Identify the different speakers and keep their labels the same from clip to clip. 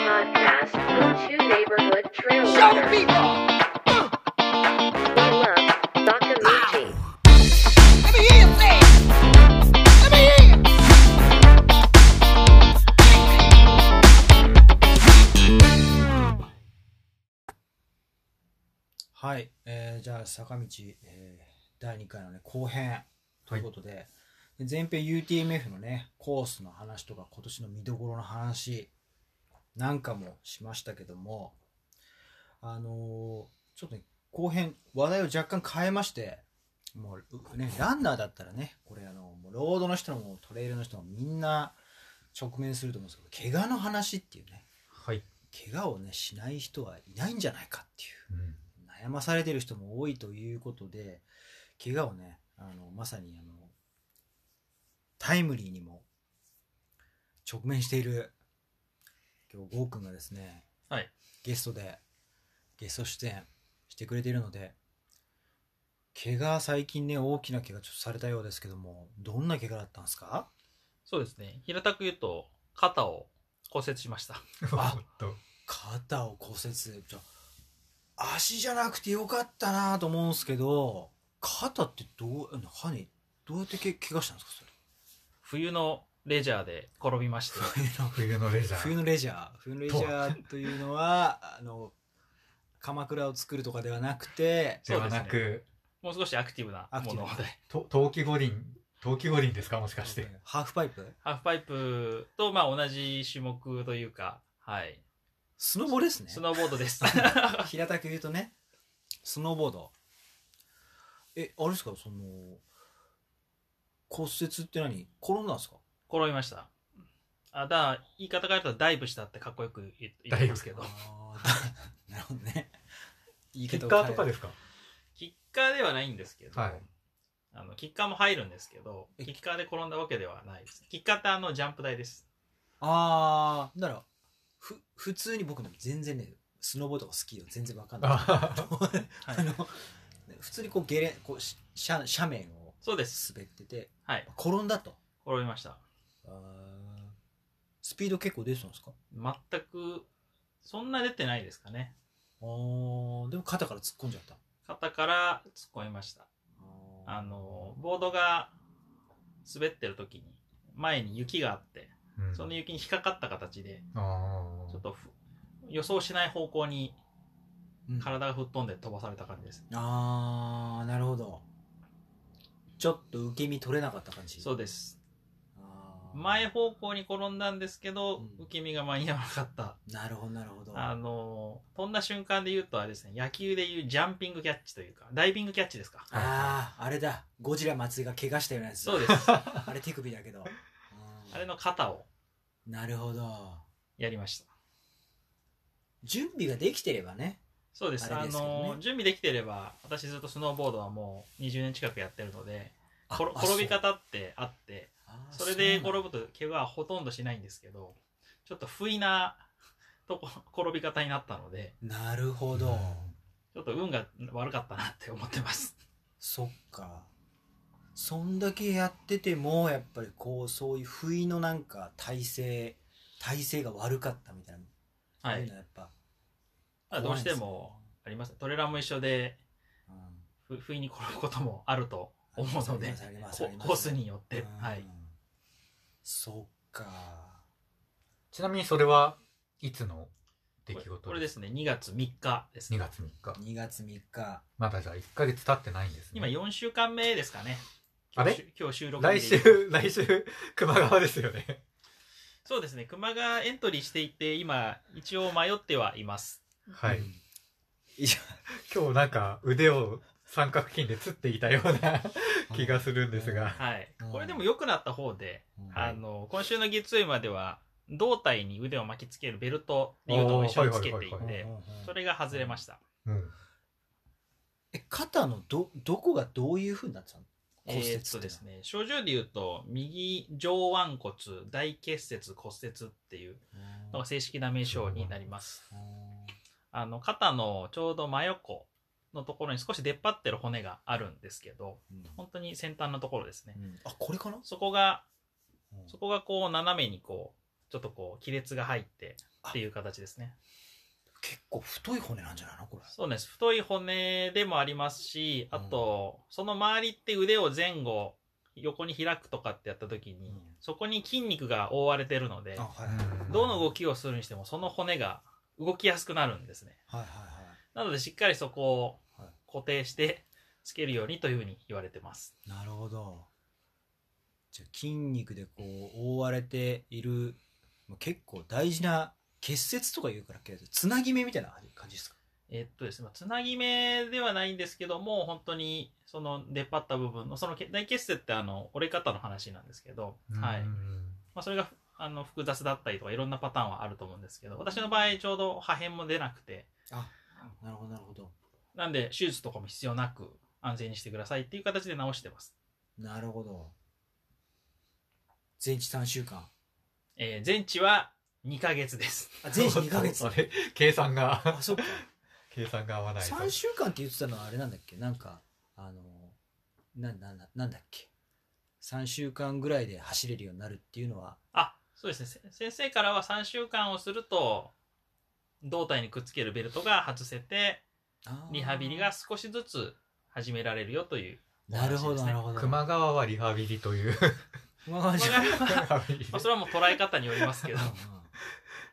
Speaker 1: West Hill 2 neighborhood trail
Speaker 2: Show
Speaker 1: runner.
Speaker 2: people!
Speaker 1: One love, Sakaguchi.
Speaker 2: Let me hear you say it! Let me hear you!
Speaker 3: はい、えーじゃあ坂道、えー第2回の、ね、後編ということで、で前編 UTMF のねコースの話とか今年の見どころの話なんかもしましたけどもあのーちょっとね後編話題を若干変えましてもうねランナーだったらねこれあのもうロードの人もトレイルの人もみんな直面すると思うんですけど怪我の話っていうね
Speaker 4: はい。
Speaker 3: 怪我をねしない人はいないんじゃないかっていう。悩まされてる人も多いということで怪我をねあのまさにあのタイムリーにも直面している今日ゴーくんがですね、
Speaker 4: はい
Speaker 3: ゲストでゲスト出演してくれているので怪我最近ね大きな怪我ちょっとされたようですけどもどんな怪我だったんですか
Speaker 4: そうですね。平たく言うと、肩を骨折しました。
Speaker 3: あ
Speaker 5: おっと
Speaker 3: 肩を骨折じゃ足じゃなくてよかったなと思うんですけど肩ってどう歯にどうやってけ怪我したんですか
Speaker 4: 冬のレジャーで転びまして。
Speaker 3: それ冬の
Speaker 5: 冬のレジャー
Speaker 3: 冬のレジャー冬のレジャーというのはあの鎌倉を作るとかではなくて
Speaker 5: ではな
Speaker 4: そう
Speaker 5: く、
Speaker 4: もう少しアクティブな
Speaker 3: アクテ
Speaker 4: も
Speaker 3: ィブ
Speaker 4: ので。
Speaker 5: と冬季五輪冬季五輪ですかもしかして
Speaker 3: ハーフパイプ
Speaker 4: ハーフパイプと、まあ同じ種目というか、はい。
Speaker 3: スノボですね
Speaker 4: スノーボード です。
Speaker 3: 平たく言うとねスノーボードえあれですかその骨折って何転んだんですか
Speaker 4: 転びました。あ、だ、言い方変えたらダイブしたってかっこよく言って言ってますけど。
Speaker 3: あー なるほどね。言い
Speaker 5: キ
Speaker 3: 方
Speaker 5: ッ
Speaker 3: を
Speaker 5: カ
Speaker 3: 変え
Speaker 5: ーとかですか
Speaker 4: キッカーではないんですけど、
Speaker 5: はい
Speaker 4: あの、キッカーも入るんですけど、
Speaker 3: え
Speaker 4: キッカーで転んだわけではないです。キッカーってあの、ジャンプ台です。
Speaker 3: ああ、なら、ふ、普通に僕の全然ね、スノボとかスキーは全然わかんない。
Speaker 5: あ
Speaker 3: あの、普通にこうゲレン、こうし斜斜面を
Speaker 4: そうです。
Speaker 3: 滑ってて、
Speaker 4: はい。
Speaker 3: 転んだと。
Speaker 4: 転びました。
Speaker 3: あースピード結構出てたんですか
Speaker 4: 全く、そんな出てないですかね。
Speaker 3: あーでも肩から突っ込んじゃった。
Speaker 4: 肩から突っ込みました。あの、ボードが滑ってる時に、前に雪があって、
Speaker 5: うん
Speaker 4: その雪に引っかかった形で、
Speaker 5: あー
Speaker 4: ちょっとふ予想しない方向に
Speaker 3: うん
Speaker 4: 体が吹っ飛んで飛ばされた感じです。
Speaker 3: あーなるほど。ちょっと受け身取れなかった感じ。
Speaker 4: そうです。
Speaker 3: あー
Speaker 4: 前方向に転んだんですけど、
Speaker 3: うん
Speaker 4: 受け身が間に合わなかった。
Speaker 3: なるほど、なるほど。
Speaker 4: あの、飛んだ瞬間で言うとあれですね、野球で言うジャンピングキャッチというか、ダイビングキャッチですか。
Speaker 3: ああ、あれだ。ゴジラ松井が怪我したようなやつ。
Speaker 4: そうです。あ
Speaker 3: あれ手首だけど。うん
Speaker 4: れの肩を
Speaker 3: なるほど。
Speaker 4: やりました。
Speaker 3: 準備ができてればね。
Speaker 4: そうです。
Speaker 3: あ
Speaker 4: あ
Speaker 3: れですけどね
Speaker 4: の、準備できてれば、私ずっとスノーボードはもう20年近くやってるので、
Speaker 3: あ
Speaker 4: ころ
Speaker 3: あ
Speaker 4: 転び
Speaker 3: そう
Speaker 4: 方ってあって、
Speaker 3: あー
Speaker 4: それで
Speaker 3: そう
Speaker 4: 転
Speaker 3: なん
Speaker 4: ぶと怪我はほとんどしないんですけど、ちょっと不意なとこ 転び方になったので、
Speaker 3: だなるほど。
Speaker 4: ちょっと運が悪かったなって思ってます。
Speaker 3: そっか。そんだけやってても、やっぱりこう、そういう不意のなんか体勢、体勢が悪かったみたいな。
Speaker 4: は
Speaker 3: そういう
Speaker 4: い
Speaker 3: の。はやっぱ。
Speaker 4: まあどうしてもあります。トレラーも一緒で、
Speaker 3: うん。
Speaker 4: ふ不意に転ぶこともあると思うの
Speaker 3: あり
Speaker 4: で
Speaker 3: ますありま、すあ
Speaker 4: コ
Speaker 3: ります
Speaker 4: コースによって。
Speaker 3: うん
Speaker 4: はい。。
Speaker 3: そっか。
Speaker 5: ちなみにそれはいつの出来
Speaker 4: これ
Speaker 5: 事
Speaker 4: これですすね、2月3日です
Speaker 5: 2
Speaker 4: ね。
Speaker 5: 月3日
Speaker 3: 2月3日。
Speaker 5: まだじゃあ1ヶ月経ってないんです
Speaker 4: 今
Speaker 5: ね
Speaker 4: 4週間目ですかね。
Speaker 5: あれ
Speaker 4: 今日今日収録
Speaker 5: 来
Speaker 4: 日で
Speaker 5: 週来週熊川ですよね
Speaker 4: そうですね、熊がエントリーしていて、今、一応迷ってはいます。
Speaker 5: はい
Speaker 3: うん。以上
Speaker 5: 今日なんか腕を三角筋でつっていたような気がするんですが
Speaker 4: はい
Speaker 3: うん。
Speaker 4: これでも良くなった方で、
Speaker 3: は
Speaker 4: あ
Speaker 3: い
Speaker 4: の、今週の月曜日までは、胴体に腕を巻きつけるベルト、リードを一緒につけてい
Speaker 5: あーはいはいはい
Speaker 4: て、それが外れました。
Speaker 5: うん
Speaker 3: え肩のどどこがどういうふうになってたの
Speaker 4: えーっとですね、症状で言うと、右上腕骨大結節骨折っていうのが正式な名称になります。あの、肩のちょうど真横のところに少し出っ張ってる骨があるんですけど、本当に先端のところですね。
Speaker 3: あこれかな
Speaker 4: そこが、そこがこう斜めにこちょっとこう亀裂が入ってっていう形ですね
Speaker 3: 結構太い骨なんじゃないのこれ。
Speaker 4: そうです太い骨でもありますしあと、その周りって腕を前後横に開くとかってやった時に、
Speaker 3: うん
Speaker 4: そこに筋肉が覆われてるので
Speaker 3: あ、はいはいはい
Speaker 4: どの動きをするにしてもその骨が動きやすくなるんですね
Speaker 3: はいはい。
Speaker 4: なのでしっかりそこを
Speaker 3: はい
Speaker 4: 固定してつけるようにというふうに言われてます
Speaker 3: なるほど。じゃあ筋肉でこう覆われている、まあ結構大事な結節とか言うからけど、つなぎ目みたいな感じですか
Speaker 4: えっとですね、まあつなぎ目ではないんですけども、本当にその出っ張った部分の、そのけ大結節ってあの折れ方の話なんですけど、はい
Speaker 5: うん
Speaker 4: まあ、それがあの複雑だったりとか、いろんなパターンはあると思うんですけど、私の場合、ちょうど破片も出なくて、
Speaker 3: あ、なるほどなるほど。
Speaker 4: なんで手術とかも必要なく、安静にしてくださいっていう形で直してます。
Speaker 3: なるほど。全治3週 間。
Speaker 4: えー全治は2ヶ月です。
Speaker 3: あ、全治2ヶ月。
Speaker 5: あれ計算が
Speaker 3: あ、、そっか。
Speaker 5: 計算が合わない。
Speaker 3: 3週間って言ってたのはあれなんだっけなんか、あの、な、な、ななんだっけ ?3 週間ぐらいで走れるようになるっていうのは、
Speaker 4: あ、そうですね。せ先生からは3週間をすると、胴体にくっつけるベルトが外せて、
Speaker 3: あー
Speaker 4: リハビリが少しずつ始められるよという。
Speaker 3: なるほど、なるほど。
Speaker 5: 熊川はリハビリという。
Speaker 3: 熊川
Speaker 4: ま
Speaker 3: じゃん
Speaker 4: あ、
Speaker 5: リハビリ
Speaker 4: まあそれはもう捉え方によりますけど、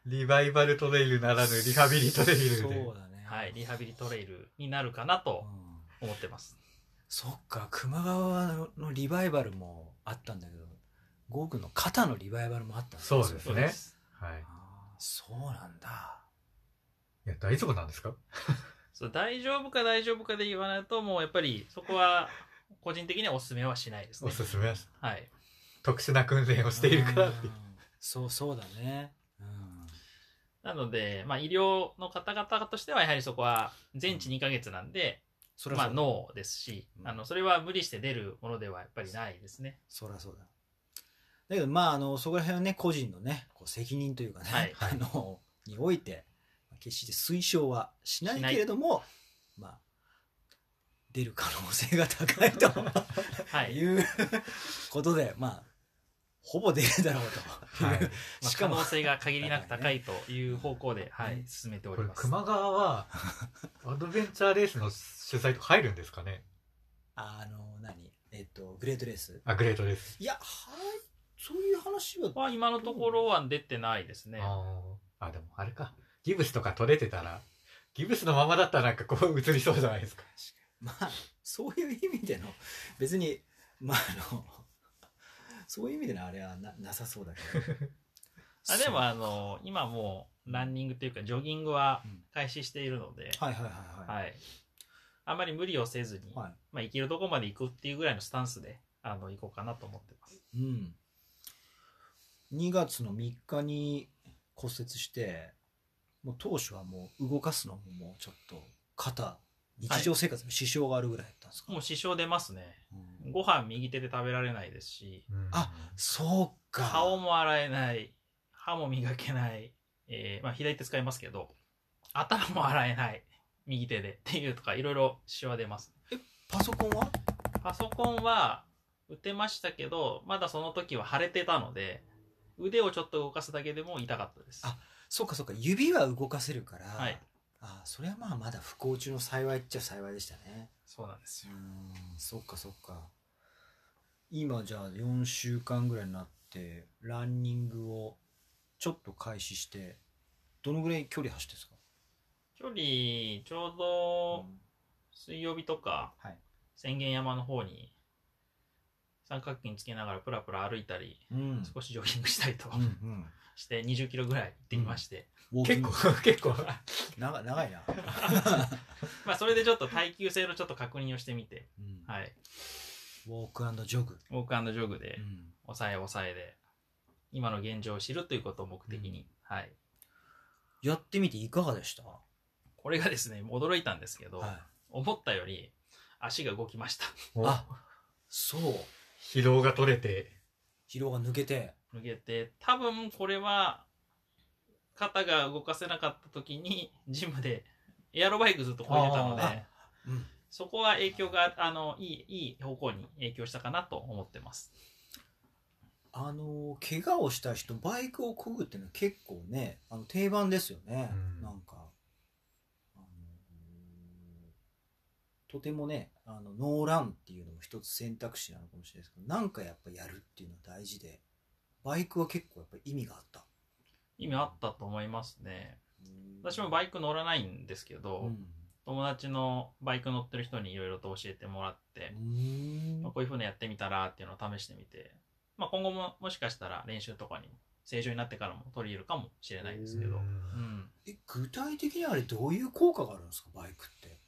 Speaker 5: リバイバルトレイルならぬリハビリトレイルで。
Speaker 3: そうだね。
Speaker 4: はい、リハビリトレイルになるかな
Speaker 3: う
Speaker 4: と
Speaker 3: ん
Speaker 4: 思ってます。
Speaker 3: そっか、熊川のリバイバルもあったんだけど、ゴー君の肩のリバイバルもあったんだ
Speaker 5: そうですね
Speaker 4: そうです。
Speaker 5: はい。
Speaker 3: あーそうなんだ。
Speaker 5: いや、大丈夫なんですか
Speaker 4: そう大丈夫か大丈夫かで言わないと、もうやっぱりそこは個人的にはお勧めはしないです
Speaker 5: お
Speaker 4: ね。
Speaker 5: すすめです。
Speaker 4: はい。
Speaker 5: 特殊な訓練をしているからって
Speaker 3: うん。そう、そうだね。うん。
Speaker 4: なので、まあ医療の方々としてはやはりそこは全治2ヶ月なんで、
Speaker 3: そりゃ
Speaker 4: まあ
Speaker 3: そうだ。
Speaker 4: 脳ですし、
Speaker 3: うん
Speaker 4: あの、それは無理して出るものではやっぱりないですね。
Speaker 3: そりゃそうだ。だけど、まあ、あの、そこら辺はね、個人のね、こう責任というかね、
Speaker 4: はい
Speaker 3: あの、において、決して推奨はしないけれども、まあ、出る可能性が高いと。
Speaker 4: はい。
Speaker 3: いうことで、まあ、ほぼ出るだろうと。
Speaker 5: はい
Speaker 3: いう
Speaker 4: まあ
Speaker 3: しかも
Speaker 4: 可能性が限りなく高いという方向で、はい、進めてお り
Speaker 5: これ、
Speaker 4: ます。
Speaker 5: 熊川は、アドベンチャーレースの取材と入るんですかね
Speaker 3: あの、何えっと、グレートレース。
Speaker 5: あ、グレートです。
Speaker 3: いや、はい、そういう話は、
Speaker 4: は今のところは出てないですね。
Speaker 5: あーあ、でもあれか。ギブスとか取れてたら、ギブスのままだったらなんかこう映りそうじゃないですか。
Speaker 3: まあ、そういう意味での、別に、まあ、あの、そういう意味でのあれはななさそうだけど。
Speaker 4: あでもあの、今もうランニングというかジョギングは
Speaker 3: うん
Speaker 4: 開始しているので、
Speaker 3: はいはいはいはい。
Speaker 4: はい。あまり無理をせずに、
Speaker 3: はい
Speaker 4: まあ行けるとこまで行くっていうぐらいのスタンスで、あの、行こうかなと思ってます。
Speaker 3: うん。2月の3日に骨折して、もう当初はもう動かすのももうちょっと肩、日常生活の支障があるぐらいだったんですか、
Speaker 4: もう支障出ますね。
Speaker 3: うん
Speaker 4: ご飯右手で食べられないですし、
Speaker 3: あそうか。
Speaker 4: 顔も洗えない、歯も磨けない、えーまあ左手使いますけど、頭も洗えない、右手でっていうとか、いろいろ支障は出ます。
Speaker 3: パソコンは
Speaker 4: パソコンは打てましたけど、まだその時は腫れてたので、腕をちょっと動かすだけでも痛かったです。
Speaker 3: あそうかそうか、指は動かせるから、
Speaker 4: はい
Speaker 3: あそれはまあまだ不幸中の幸いっちゃ幸いでしたね。
Speaker 4: そうなんですよ。
Speaker 3: うん、そっかそっか。今じゃあ4週間ぐらいになって、ランニングをちょっと開始して、どのぐらい距離走ってるんですか
Speaker 4: 距離、ちょうど水曜日とか、
Speaker 3: はい
Speaker 4: 宣言山の方に三角筋つけながらプラプラ歩いたり、
Speaker 3: うん
Speaker 4: 少しジョギングしたりと
Speaker 3: うんうん
Speaker 4: して、20キロぐらい行ってきまして、
Speaker 3: ウォーキン
Speaker 5: 結
Speaker 3: グ
Speaker 5: 構、 結構。
Speaker 3: 長長いな、
Speaker 4: まあそれでちょっと耐久性のちょっと確認をしてみて、
Speaker 3: うん
Speaker 4: はい。
Speaker 3: ウォークジョグ、
Speaker 4: ウォークジョグで
Speaker 3: う、ん
Speaker 4: 抑え抑えで、今の現状を知るということを目的に、はい。
Speaker 3: やってみていかがでした、は
Speaker 4: これがですね、驚いたんですけど、
Speaker 3: い、
Speaker 4: 思ったより足が動きました。
Speaker 3: あ
Speaker 5: あ
Speaker 3: そう
Speaker 5: 疲労が取れて、
Speaker 3: 疲労が抜けて
Speaker 4: 脱げて、多分これは、肩が動かせなかった時に、ジムでエアロバイクずっとこいでたの
Speaker 5: あ
Speaker 4: で
Speaker 5: ー、
Speaker 3: うん
Speaker 4: そこは影響が、あの、いい、いい方向に影響したかなと思ってます。
Speaker 3: あの怪我をした人バイクをこぐっていうのは結構ねあの定番ですよね、
Speaker 5: うん
Speaker 3: なんかあのとてもねあのノーランっていうのも一つ選択肢なのかもしれないですけどなんかやっぱやるっていうのは大事でバイクは結構やっぱ意味があった
Speaker 4: 意味あったと思いますね。私もバ
Speaker 3: イ
Speaker 4: イク乗らないんですけど、友達のバイク乗ってる人にいろいろと教えてもらって、まあこういう風なやってみたらっていうのを試してみて、まあ、今後ももしかしたら練習とかにも正常になってからも取り入れるかもしれないですけど、うん、
Speaker 3: え具体的にあれどういう効果があるんですかバイクって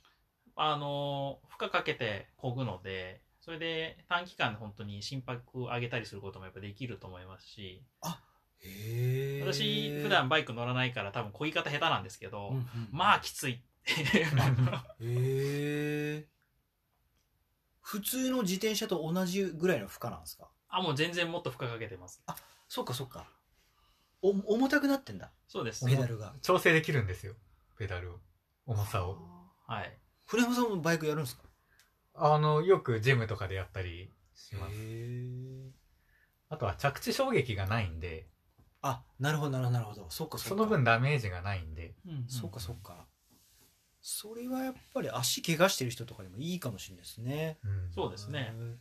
Speaker 4: あの負荷かけてこぐのでそれで短期間で本当に心拍を上げたりすることもやっぱできると思いますし
Speaker 3: へえ
Speaker 4: 私普段バイク乗らないから多分こぎ方下手なんですけど、
Speaker 3: あ
Speaker 4: まあきつい
Speaker 3: へえ普通の自転車と同じぐらいの負荷なんですか
Speaker 4: あもう全然もっと負荷かけてます
Speaker 3: そっかそっかお重たくなってんだ
Speaker 4: そうです
Speaker 3: ペダルが
Speaker 5: 調整できるんですよ。ペダルを。重さを。
Speaker 4: はい
Speaker 3: 古山さんもバイクやるんですか
Speaker 5: あの、よくジムとかでやったりします。
Speaker 3: え
Speaker 5: あとは着地衝撃がないんで、
Speaker 3: あなるほどなるほどなるほどそっかそっか
Speaker 5: その分ダメージがないんで、
Speaker 3: そっかそっかそれはやっぱり足怪我してる人とかでもいいかもしれないですね
Speaker 5: うん
Speaker 4: そうですね
Speaker 3: へー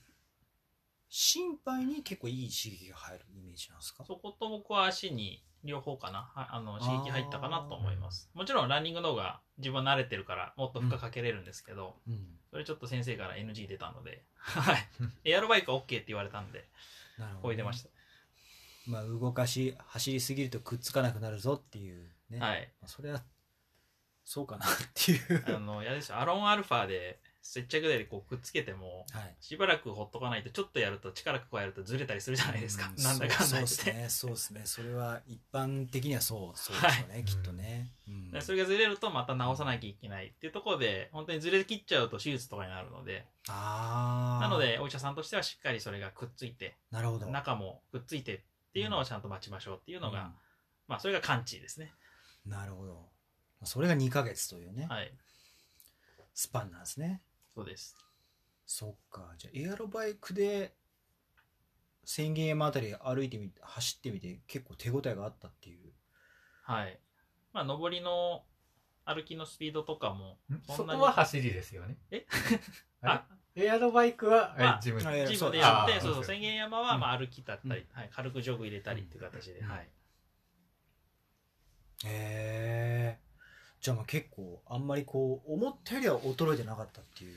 Speaker 3: 心配に結構いい刺激が入るイメージなんですか
Speaker 4: そこと僕は足に両方かなはあの刺激入ったかなと思いますもちろんランニングの方が自分は慣れてるからもっと負荷かけれるんですけど、
Speaker 3: うん
Speaker 4: それちょっと先生から NG 出たので、 はい。エアロバイクは OK って言われたんで、
Speaker 3: なるほどね
Speaker 4: こいでました。
Speaker 3: まあ、動かし走りすぎるとくっつかなくなるぞっていうね、
Speaker 4: はい。
Speaker 3: まあそれはそうかなっていう、
Speaker 4: あの、やですよアロンアルファで接着剤でこうくっつけても、
Speaker 3: はい、
Speaker 4: しばらくほっとかないと、ちょっとやると力加えるとずれたりするじゃないですか。
Speaker 3: う
Speaker 4: なんだかんだ言っ
Speaker 3: そう
Speaker 4: て。
Speaker 3: そうですねそうですねそれは一般的にはそうそうですよね、きっとね、うん
Speaker 4: でそれがずれるとまた直さなきゃいけないっていうところで、本当にずれ切っちゃうと手術とかになるので、
Speaker 3: ああ
Speaker 4: なのでお医者さんとしてはしっかりそれがくっついて、
Speaker 3: なるほど
Speaker 4: 中もくっついてっていうのをちゃんと待ちましょうっていうのが、まあそれが完治ですね。
Speaker 3: うんなるほどそれが2ヶ月というね、
Speaker 4: はい。
Speaker 3: スパンなんですね
Speaker 4: そうです。
Speaker 3: そっかじゃあエアロバイクで1000ゲームあたり歩いてみて走ってみて結構手応えがあったっていう
Speaker 4: はい。まあ、上りの歩きのスピードとかも、
Speaker 5: ん
Speaker 4: そ
Speaker 5: そ
Speaker 4: んなに
Speaker 5: こは走りですよね。
Speaker 4: え
Speaker 5: あれエアロバイクは、
Speaker 4: まあ
Speaker 5: えジム
Speaker 3: あいや
Speaker 4: ジムでやっ
Speaker 5: そ
Speaker 4: て、
Speaker 5: う
Speaker 4: そうそ
Speaker 5: あ
Speaker 4: う、
Speaker 5: ー
Speaker 4: 千円山はまあ歩きだったり、
Speaker 3: う
Speaker 4: はい、軽くジョグ入れたりっていう形で、
Speaker 5: うん
Speaker 4: はい。
Speaker 3: へえじゃあまあ結構あんまりこう思ったよりは衰えてなかったっていう、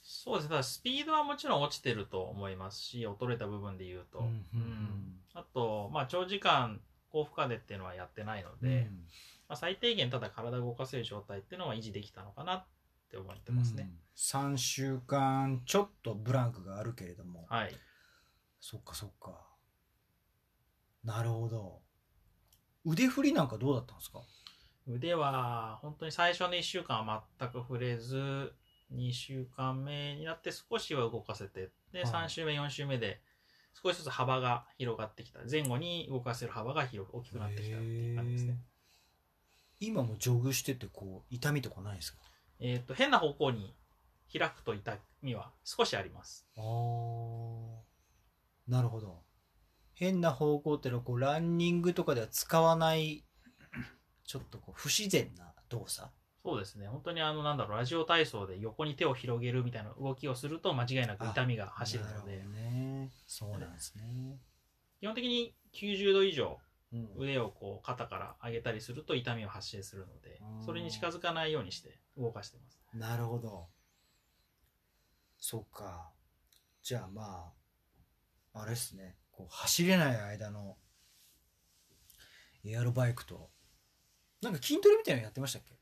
Speaker 4: そうですね、ただスピードはもちろん落ちてると思いますし、衰えた部分で言うと。うんあと、まあ、長時間高負荷でっていうのはやってないので、
Speaker 3: うん
Speaker 4: まあ、最低限ただ体を動かせる状態っていうのは維持できたのかなって思ってますね。
Speaker 3: うん3週間ちょっとブランクがあるけれども、
Speaker 4: はい。
Speaker 3: そっかそっかなるほど腕振りなんかどうだったんですか
Speaker 4: 腕は本当に最初の1週間は全く触れず2週間目になって少しは動かせてで、
Speaker 3: はい
Speaker 4: 3週目4週目で少しずつ幅が広がってきた前後に動かせる幅が広く大きくなってきたっていう感じですね
Speaker 3: へー今もジョグしててこう痛みとかないですか
Speaker 4: えっ、と変な方向に開くと痛みは少しあります
Speaker 3: あーなるほど変な方向ってのはこうランニングとかでは使わないちょっとこう不自然な動作
Speaker 4: そうですね本当にあのなんだろうラジオ体操で横に手を広げるみたいな動きをすると間違いなく痛みが走る
Speaker 3: な
Speaker 4: ので
Speaker 3: るほどねそうなんですね、
Speaker 4: 基本的に90度以上
Speaker 3: うん
Speaker 4: 腕をこう肩から上げたりすると痛みを発生するので
Speaker 3: うん
Speaker 4: それに近づかないようにして動かしてます
Speaker 3: なるほどそっかじゃあまああれっすねこう走れない間のエアロバイクとなんか筋トレみたいなのやってましたっけ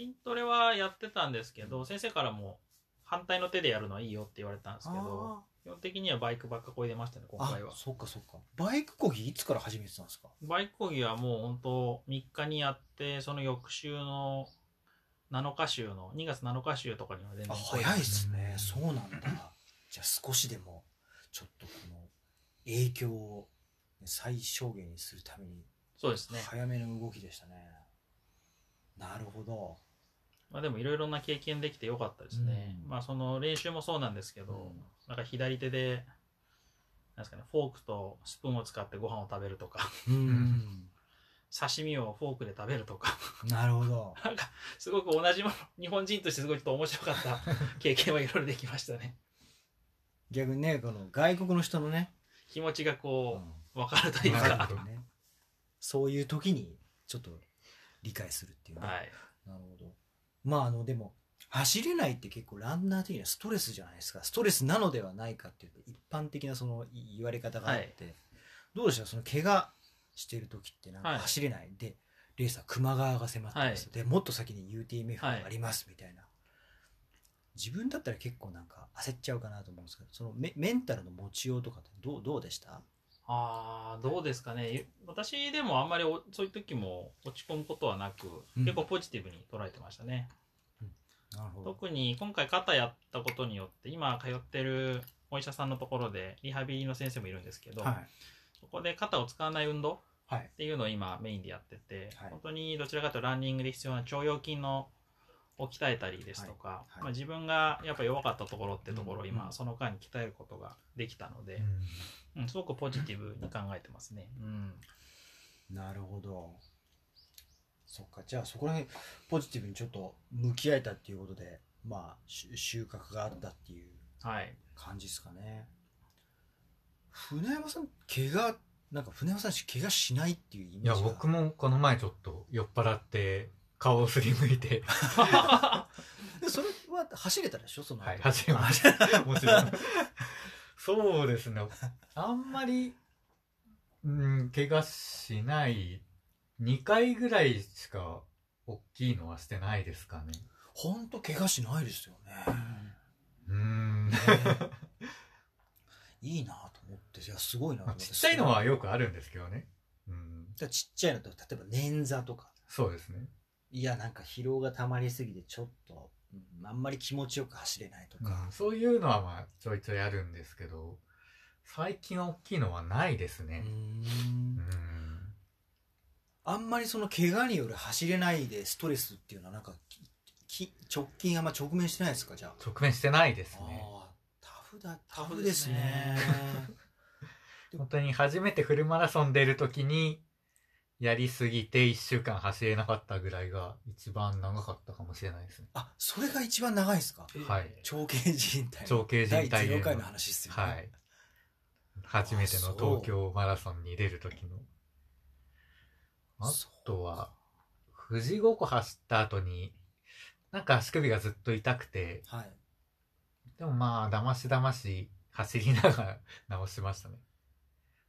Speaker 4: 筋トレはやってたんですけど先生からも反対の手でやるのはいいよって言われたんですけど基本的にはバイクばっかこいでましたね今
Speaker 3: あー
Speaker 4: 回は
Speaker 3: あそっかそっかバイクこぎいつから始めてたんですか
Speaker 4: バイクこぎはもう本当3日にやってその翌週の7日週の2月7日週とかには全然
Speaker 3: あ
Speaker 4: こいで
Speaker 3: 早いっすねそうなんだじゃあ少しでもちょっとこの影響を最小限にするために
Speaker 4: そうですね、
Speaker 3: 早めの動きでしたねなるほど
Speaker 4: まあ、でもいろいろな経験できてよかったですね、
Speaker 3: うん
Speaker 4: まあその練習もそうなんですけど、
Speaker 3: うん
Speaker 4: なんか左手でなんですかね、フォークとスプーンを使ってご飯を食べるとか、
Speaker 3: うん。
Speaker 4: 刺身をフォークで食べるとか、
Speaker 3: なるほど。
Speaker 4: なんか、すごく同じもの、日本人としてすごいちょっと面白かった 経験はいろいろできましたね。
Speaker 3: 逆にね、この外国の人のね、
Speaker 4: 気持ちが
Speaker 3: う
Speaker 4: こ
Speaker 3: ん
Speaker 4: う、分かるという
Speaker 5: わ
Speaker 4: か
Speaker 5: か、る
Speaker 3: ね、そういう時にちょっと理解するっていうね、
Speaker 4: はい。
Speaker 3: なるほどまああのでも走れないって結構ランナー的にはストレスじゃないですかストレスなのではないかっていう一般的なそのい言われ方があって、どうでしたその怪我してる時ってなんか
Speaker 4: はい
Speaker 3: 走れない、でレースは球磨川が迫ってます、でもっと先に UTMF がありますみたいな、自分だったら結構なんか焦っちゃうかなと思うんですけどそのメメンタルの持ちようとかってどうどうでした
Speaker 4: ああ、どうですかね。私でもあんまりおそういう時も落ち込むことはなく、
Speaker 3: うん
Speaker 4: 結構ポジティブに捉えてましたね。
Speaker 3: なるほ
Speaker 4: 特に今回肩やったことによって、今通ってるお医者さんのところでリハビリの先生もいるんですけど、
Speaker 3: はい
Speaker 4: そこで肩を使わない運動
Speaker 3: はい
Speaker 4: っていうのを今メインでやってて、
Speaker 3: はい
Speaker 4: 本当にどちらかというとランニングで必要な腸腰筋のを鍛えたりですとか、
Speaker 3: はい
Speaker 4: まあ、自分がやっぱ弱かったところってところを
Speaker 3: うん
Speaker 4: 今その間に鍛えることができたので、うんすごくポジティブに考えてますね。うん
Speaker 3: なるほど。そっか、じゃあそこら辺、ポジティブにちょっと向き合えたっていうことで、まあ、し収穫があったっていう
Speaker 4: はい、
Speaker 3: 感じですかね。船山さん、怪我、なんか船山さん、怪我しないっていうイ
Speaker 5: い
Speaker 3: メー
Speaker 5: や、
Speaker 3: ジが。
Speaker 5: 僕もこの前ちょっと酔っ払って、顔をすりむいて、
Speaker 3: でそれは走れたでしょ、その後。
Speaker 5: はい、走りました。もちろん。そうですね。あんまり、うん、怪我しない、2回ぐらいしか、大きいのはしてないですかね。
Speaker 3: ほんと怪我しないですよね。
Speaker 5: うん。
Speaker 3: いいなと思って、いや、すごいなと思
Speaker 5: まあ
Speaker 3: って
Speaker 5: ちっちゃいのはよくあるんですけどね。うん。
Speaker 3: だからちっちゃいのと、例えば捻挫とか。
Speaker 5: そうですね。
Speaker 3: いや、なんか疲労が溜まりすぎて、ちょっと、うん、あんまり気持ちよく走れないとか。
Speaker 5: そういうのはまあちょいちょいあるんですけど、最近大きいのはないですね。
Speaker 3: うん
Speaker 5: うん。
Speaker 3: あんまりその怪我による走れないでストレスっていうのはなんかきき直近あんま直面してないですかじゃあ。
Speaker 5: 直面してないですね。
Speaker 3: ああタフだタ
Speaker 4: タ
Speaker 3: フ
Speaker 4: フ
Speaker 3: で
Speaker 4: ですす
Speaker 3: ね
Speaker 4: ね。。
Speaker 5: 本当に初めてフルマラソン出るときに、やりすぎて1週間走れなかったぐらいが一番長かったかもしれないですね。
Speaker 3: あそれが一番長いですか。
Speaker 5: はい
Speaker 3: 長径人体
Speaker 5: 長径人
Speaker 3: 第
Speaker 5: 体
Speaker 3: 0
Speaker 5: で
Speaker 3: 回
Speaker 5: の
Speaker 3: の。話ですよね。
Speaker 5: はい。初めての東京マラソンに出るときの。あとは、富士五湖走った後に、なんか足首がずっと痛くて、
Speaker 3: はい。
Speaker 5: でもまあ、だましだまし走りながら 直しましたね。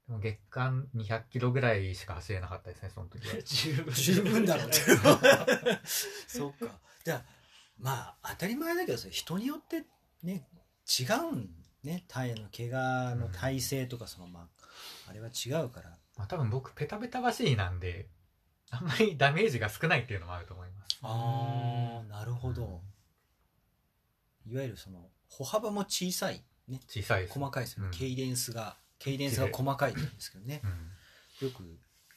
Speaker 5: でも月間200キロぐらいしか走れなかったですね、そ の時は
Speaker 4: 十分
Speaker 3: 十分だろうって。 そうか。じゃあまあ当たり前だけどそれ人によってね違うんね体の怪我の体勢とかそのまああれは違うから。
Speaker 5: まあ多分僕、ペタペタ走りなんで、あんまりダメージが少ないっていうのもあると思います。
Speaker 3: ああなるほど、いわゆるその歩幅も小さいね
Speaker 5: 小さいです。
Speaker 3: 細かいですよね、
Speaker 5: うん
Speaker 3: ケイデンスがケイデンスが細かいって言うんですけどね
Speaker 5: うん、
Speaker 3: よく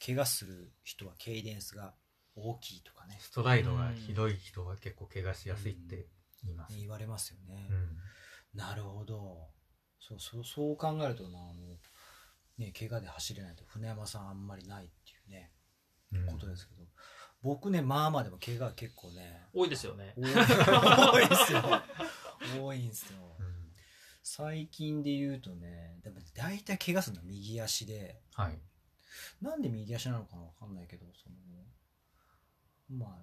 Speaker 3: 怪我する人はケイデンスが大きいとかね
Speaker 5: ストライドがひどい人は結構怪我しやすいって言います。
Speaker 3: 言われますよね、
Speaker 5: うん
Speaker 3: なるほどそうそうそう考えるとなあのね怪我で走れないと船山さんあんまりないっていうね、
Speaker 5: うん
Speaker 3: ことですけど僕ねまあまあでも怪我は結構ね
Speaker 4: 多いですよね。
Speaker 3: 多い多いん ですよ多いんですよ、
Speaker 5: うん
Speaker 3: 最近で言うとねでも大体怪我するのは右足で
Speaker 5: はい。
Speaker 3: なんで右足なのかなわかんないけどそのまあ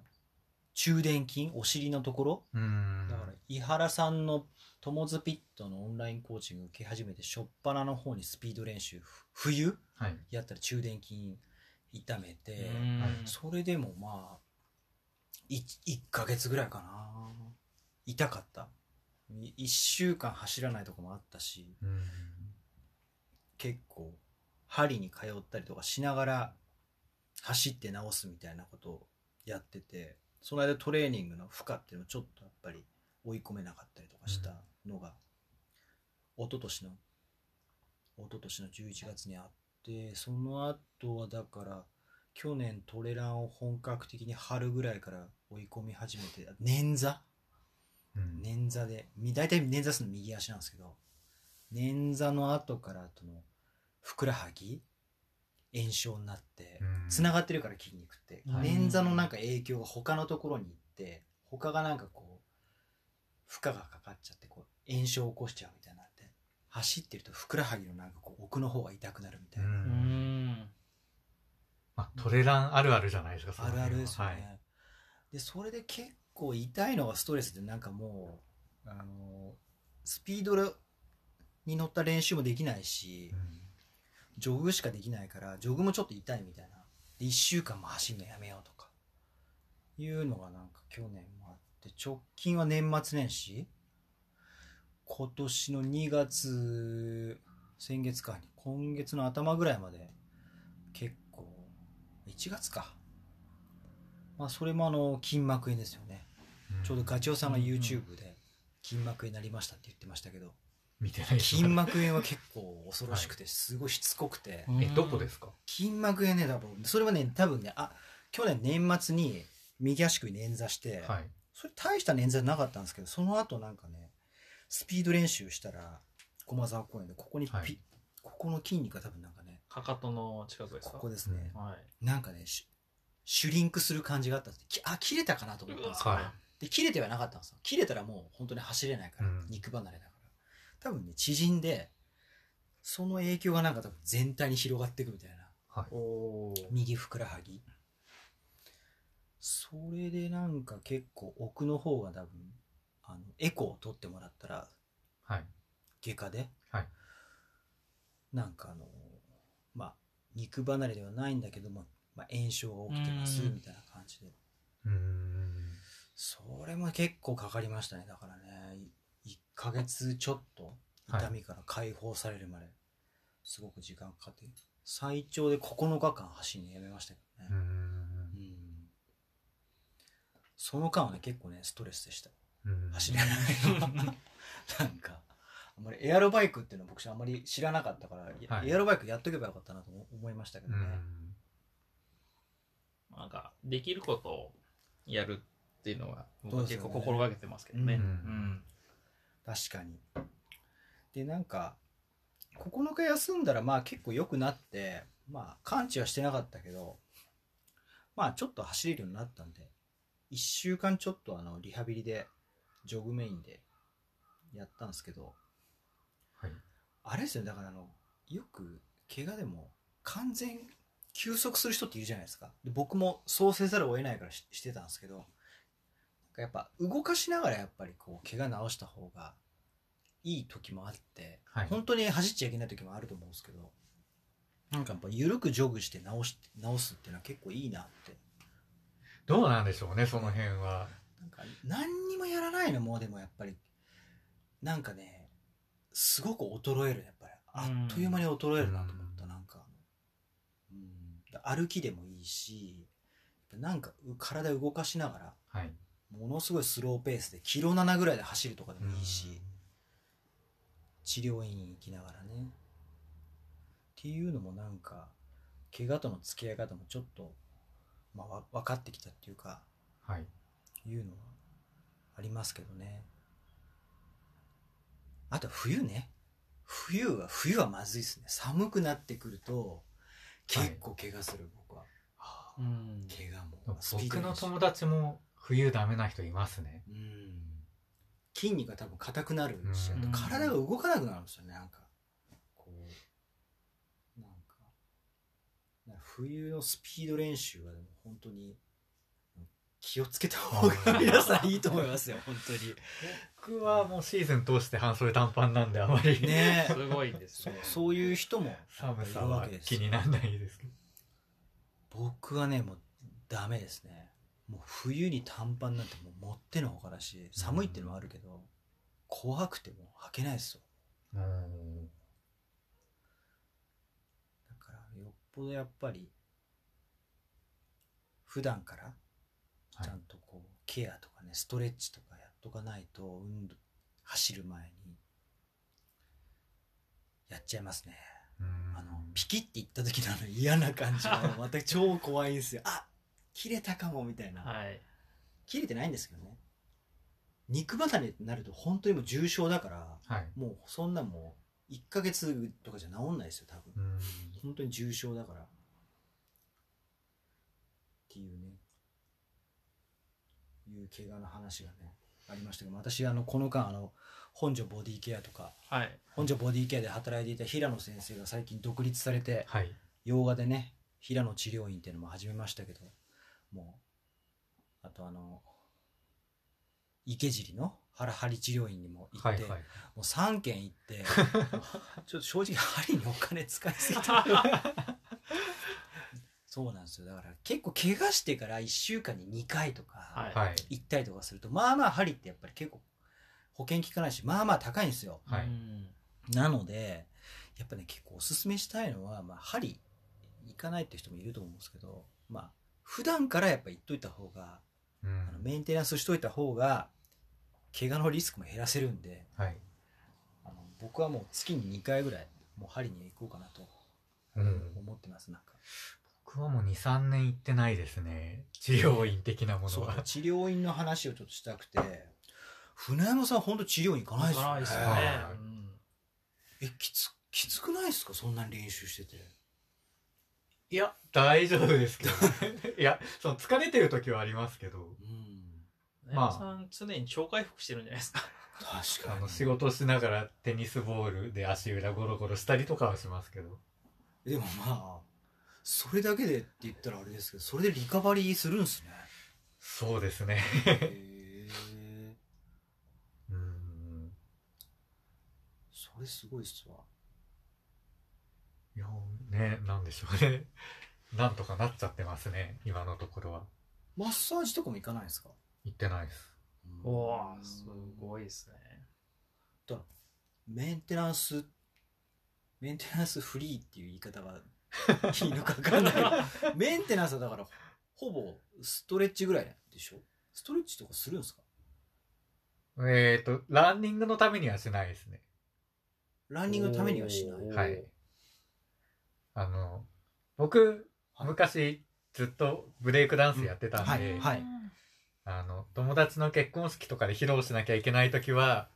Speaker 3: 中殿筋お尻のところ
Speaker 5: うん。
Speaker 3: だから井原さんのトモズピットのオンラインコーチング受け始めて初っ端の方にスピード練習ふ冬
Speaker 5: はい。
Speaker 3: やったら中殿筋痛めて、
Speaker 4: うん
Speaker 5: はい
Speaker 3: それでもまあ 1, ヶ月ぐらいかな痛かった1週間走らないとこもあったし
Speaker 5: うん。
Speaker 3: 結構針に通ったりとかしながら走って直すみたいなことをやっててその間トレーニングの負荷っていうのをちょっとやっぱり追い込めなかったりとかしたのが、一昨年の一昨年の11月にあってその後はだから去年トレランを本格的に春ぐらいから追い込み始めて捻挫
Speaker 5: うん。
Speaker 3: 捻挫でみ大体捻挫するの右足なんですけど捻挫の後からとのふくらはぎ炎症になって
Speaker 5: うん
Speaker 3: つながってるから筋肉って
Speaker 4: はい
Speaker 3: 捻挫のなんか影響が他のところに行って他がなんかこう負荷がかかっちゃってこう炎症を起こしちゃうみたいになって走ってるとふくらはぎのなんかこう奥の方が痛くなるみた
Speaker 5: う
Speaker 3: いな、
Speaker 4: うん。
Speaker 5: まあ、トレランあるあるじゃないですかその
Speaker 3: ある
Speaker 5: 辺
Speaker 3: あ
Speaker 5: は
Speaker 3: るですよね、
Speaker 5: はい
Speaker 3: でそれで結構痛いのがストレスでなんかもうあのスピードに乗った練習もできないし、ジョグしかできないから、ジョグもちょっと痛いみたいな。で、1週間も走るのやめようとか。いうのがなんか去年もあって、直近は年末年始今年の2月、先月かに、今月の頭ぐらいまで、結構、1月か。まあ、それもあの、筋膜炎ですよね。
Speaker 5: うん
Speaker 3: ちょうどガチオさんが
Speaker 4: うんうん
Speaker 3: YouTube で、筋膜炎になりましたって言ってましたけど、
Speaker 5: 見てない
Speaker 3: 筋膜炎は結構恐ろしくて、すごいしつこくて、
Speaker 5: えどこですか
Speaker 3: 筋膜炎ね多分それはね多分ねあ去年年末に右足首捻挫して、
Speaker 5: はい
Speaker 3: それ大した捻挫なかったんですけどその後なんかねスピード練習したら駒沢公園でここにピ、
Speaker 5: はい
Speaker 3: ここの筋肉が多分なんかね
Speaker 4: かかとの近くですか
Speaker 3: ここですね、
Speaker 4: はい。
Speaker 3: なんかねシュシュリンクする感じがあったんですきあ切れたかなと思ったんですよ
Speaker 5: は
Speaker 3: で切れてはなかったんですよ切れたらもう本当に走れないから、
Speaker 5: うん
Speaker 3: 肉離れだから多分ね縮んでその影響がなんか多分全体に広がっていくみたいな
Speaker 5: はい
Speaker 4: おー
Speaker 3: 右ふくらはぎそれでなんか結構奥の方が多分あのエコーを取ってもらったら
Speaker 5: はい
Speaker 3: 外科で、
Speaker 5: はい
Speaker 3: なんかあのまあ肉離れではないんだけども、まあ、炎症が起きてます
Speaker 4: うん
Speaker 3: みたいな感じで
Speaker 5: うーん
Speaker 3: それも結構かかりましたねだからね1ヶ月ちょっと
Speaker 5: はい
Speaker 3: 痛みから解放されるまですごく時間かかって最長で9日間走るのやめましたけどね、
Speaker 5: うーん
Speaker 3: うんその間はね結構ねストレスでした
Speaker 5: うん
Speaker 3: 走 れないのなんかあんまりエアロバイクっていうのは僕あんまり知らなかったから、い
Speaker 5: はい
Speaker 3: エアロバイクやっとけばよかったなと思思いましたけ
Speaker 5: う
Speaker 3: どね、
Speaker 5: ん
Speaker 4: なんか、できることをやるっていうのは、僕
Speaker 3: そう
Speaker 4: は
Speaker 3: です
Speaker 4: 結
Speaker 3: よね
Speaker 4: 構心がけてますけどね。
Speaker 3: うん
Speaker 4: うん
Speaker 3: 確かにでなんか9日休んだらまあ結構良くなってまあ完治はしてなかったけどまあちょっと走れるようになったんで1週間ちょっとあのリハビリでジョグメインでやったんですけど
Speaker 5: はい
Speaker 3: あれですよねだからあのよく怪我でも完全休息する人っているじゃないですかで僕もそうせざるを得ないからししてたんですけどなんかやっぱ動かしながらやっぱりこう怪我治した方がいい時もあって、
Speaker 5: はい
Speaker 3: 本当に走っちゃいけない時もあると思うんですけどなんかやっぱ緩くジョグして直し直すっていうのは結構いいなって
Speaker 5: どうなんでしょうねその辺は
Speaker 3: なんか何にもやらないのもでもやっぱりなんかねすごく衰えるやっぱりあっという間に衰えるなと思った、
Speaker 5: うん
Speaker 3: なんか、うん、歩きでもいいしやっぱなんかう体動かしながら
Speaker 5: はい
Speaker 3: ものすごいスローペースでキロ7ぐらいで走るとかでもいいし、治療院行きながらねっていうのもなんか怪我との付き合い方もちょっと、まあ、わ分かってきたっていうか
Speaker 5: はい
Speaker 3: いうのはありますけどねあと冬ね冬は冬はまずいですね寒くなってくると
Speaker 5: はい
Speaker 3: 結構怪我する、僕は
Speaker 4: うん
Speaker 3: 怪我もスピード
Speaker 5: 僕
Speaker 3: も
Speaker 5: の
Speaker 3: あるし
Speaker 5: 友達も冬ダメな人いますね
Speaker 3: うん筋肉が多分硬くなるし、
Speaker 5: うん
Speaker 3: あと体が動かなくなるんですよねなんかこうなんかなんか冬のスピード練習はでも本当に気をつけた方が皆さんいいと思いますよ 本当に
Speaker 5: 僕はもうシーズン通して半袖短パンなんであまり、
Speaker 3: ねえ
Speaker 4: すごいです
Speaker 3: そう
Speaker 4: ね。
Speaker 3: そういう人も
Speaker 5: 寒さ
Speaker 3: いるわ
Speaker 5: は
Speaker 3: けです
Speaker 5: 気にならないですけど
Speaker 3: 僕はねもうダメですねもう冬に短パンなんてもう持ってのほかだし寒いっていうのもあるけど、怖くてもう履けないですよ
Speaker 5: うん
Speaker 3: だからよっぽどやっぱり普段から
Speaker 5: はい
Speaker 3: ちゃんとこうケアとかねストレッチとかやっとかないと運動走る前にやっちゃいますねあのピキって言った時のあの嫌な感じがまた超怖いんですよあ切れたかもみたいな、
Speaker 4: はい。
Speaker 3: 切れてないんですけどね肉離れになると本当にもう重症だから
Speaker 5: はい
Speaker 3: もうそんなもう1ヶ月とかじゃ治んないですよ多分
Speaker 5: うん
Speaker 3: 本当に重症だからっていうねいう怪我の話がねありましたけど私あのこの間あの本所ボディケアとか
Speaker 4: はい。
Speaker 3: 本所ボディケアで働いていた平野先生が最近独立されて
Speaker 5: はい
Speaker 3: 洋画でね平野治療院っていうのも始めましたけどもうあとあの池尻のハラハリ治療院にも行って、
Speaker 5: はいはい
Speaker 3: もう3軒行って ちょっと正直針にお金使いすぎ た そうなんですよだから結構怪我してから1週間に2回とか
Speaker 4: はい。
Speaker 5: はい
Speaker 3: 行ったりとかすると、まあまあ針ってやっぱり結構保険効かないしまあまあ高いんですよ
Speaker 5: はい
Speaker 4: うん
Speaker 3: なのでやっぱね結構おすすめしたいのは、まあ、針行かないって人もいると思うんですけどまあ普段からやっぱ行っといた方が、
Speaker 5: う
Speaker 3: あの
Speaker 5: ん
Speaker 3: メンテナンスしといた方が怪我のリスクも減らせるんで
Speaker 5: はい
Speaker 3: あの僕はもう月に2回ぐらいもう針に行こうかなと
Speaker 5: うん
Speaker 3: 思ってますなんか
Speaker 5: 僕はもう23年行ってないですね治療院的なもの
Speaker 3: そう
Speaker 5: は
Speaker 3: 治療院の話をちょっとしたくて船山さん本当治療院行かないです
Speaker 4: 行か
Speaker 3: よ
Speaker 4: な
Speaker 3: ね
Speaker 4: いですよ
Speaker 5: は
Speaker 4: ね
Speaker 5: い。
Speaker 4: うん
Speaker 3: えきつきつくないですかそんなに練習してて
Speaker 5: いや大丈夫ですけど いやその疲れてる時はありますけど
Speaker 3: うん
Speaker 5: まあ
Speaker 4: 山さん、常に超回復してるんじゃないですか。
Speaker 3: 確
Speaker 5: あ
Speaker 3: か
Speaker 5: の
Speaker 3: に
Speaker 5: 仕事しながらテニスボールで足裏ゴロゴロしたりとかはしますけど
Speaker 3: でもまあそれだけでって言ったらあれですけどそれでリカバリーするんすね
Speaker 5: そうですね
Speaker 3: へえ
Speaker 5: うん
Speaker 3: それすごいっすわ
Speaker 5: いやねなんでしょうね なんとかなっちゃってますね今のところは
Speaker 3: マッサージとかも行かないですか
Speaker 5: 行ってないです
Speaker 4: おーすごいですね。
Speaker 3: メンテナンスメンテナンスフリーっていう言い方がいいのか分かんないけど メンテナンスはだからほぼストレッチぐらいでしょストレッチとかするんですか
Speaker 5: えっ、とランニングのためにはしないですね
Speaker 3: ランニングのためにはしない
Speaker 4: おー
Speaker 5: はいあの僕
Speaker 3: はい
Speaker 5: 昔ずっとブレイクダンスやってたんで、
Speaker 3: はいはい
Speaker 5: あの友達の結婚式とかで披露しなきゃいけない時は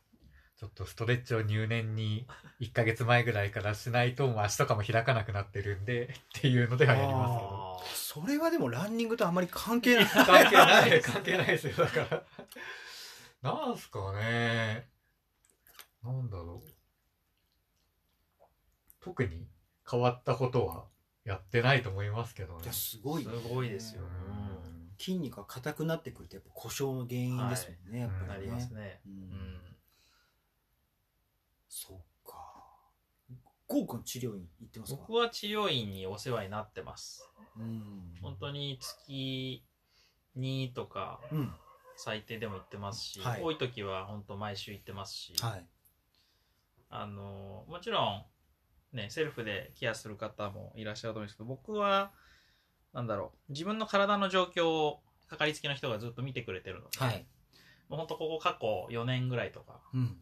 Speaker 5: ちょっとストレッチを入念に1ヶ月前ぐらいからしないともう足とかも開かなくなってるんでっていうのではやりますけど
Speaker 4: あー
Speaker 3: それはでもランニングとあんまり関 係ない
Speaker 5: 関係ない関係ないですよだからなんすかねなんだろう特に変わったことはやってないと思いますけど
Speaker 3: い
Speaker 5: ね
Speaker 3: やすごいね
Speaker 4: すごいですよ
Speaker 5: うん
Speaker 3: 筋肉が硬くなってくるとやっぱ故障の原因ですもんね、
Speaker 5: はい
Speaker 3: やっぱ
Speaker 4: な
Speaker 3: り
Speaker 4: り
Speaker 3: ね
Speaker 4: ますね。
Speaker 3: う
Speaker 4: うんん。
Speaker 3: そっか豪華の治療院行ってますか
Speaker 4: 僕は治療院にお世話になってます。
Speaker 3: うん
Speaker 4: 本当に月2とか
Speaker 3: うん
Speaker 4: 最低でも行ってますし、
Speaker 3: はい
Speaker 4: 多い時は本当毎週行ってますし、
Speaker 3: はい
Speaker 4: あのもちろん、ね、セルフでケアする方もいらっしゃると思うんですけど僕はなんだろう自分の体の状況をかかりつけの人がずっと見てくれてるので、
Speaker 3: はい
Speaker 4: もう本当ここ過去4年ぐらいとか
Speaker 3: うん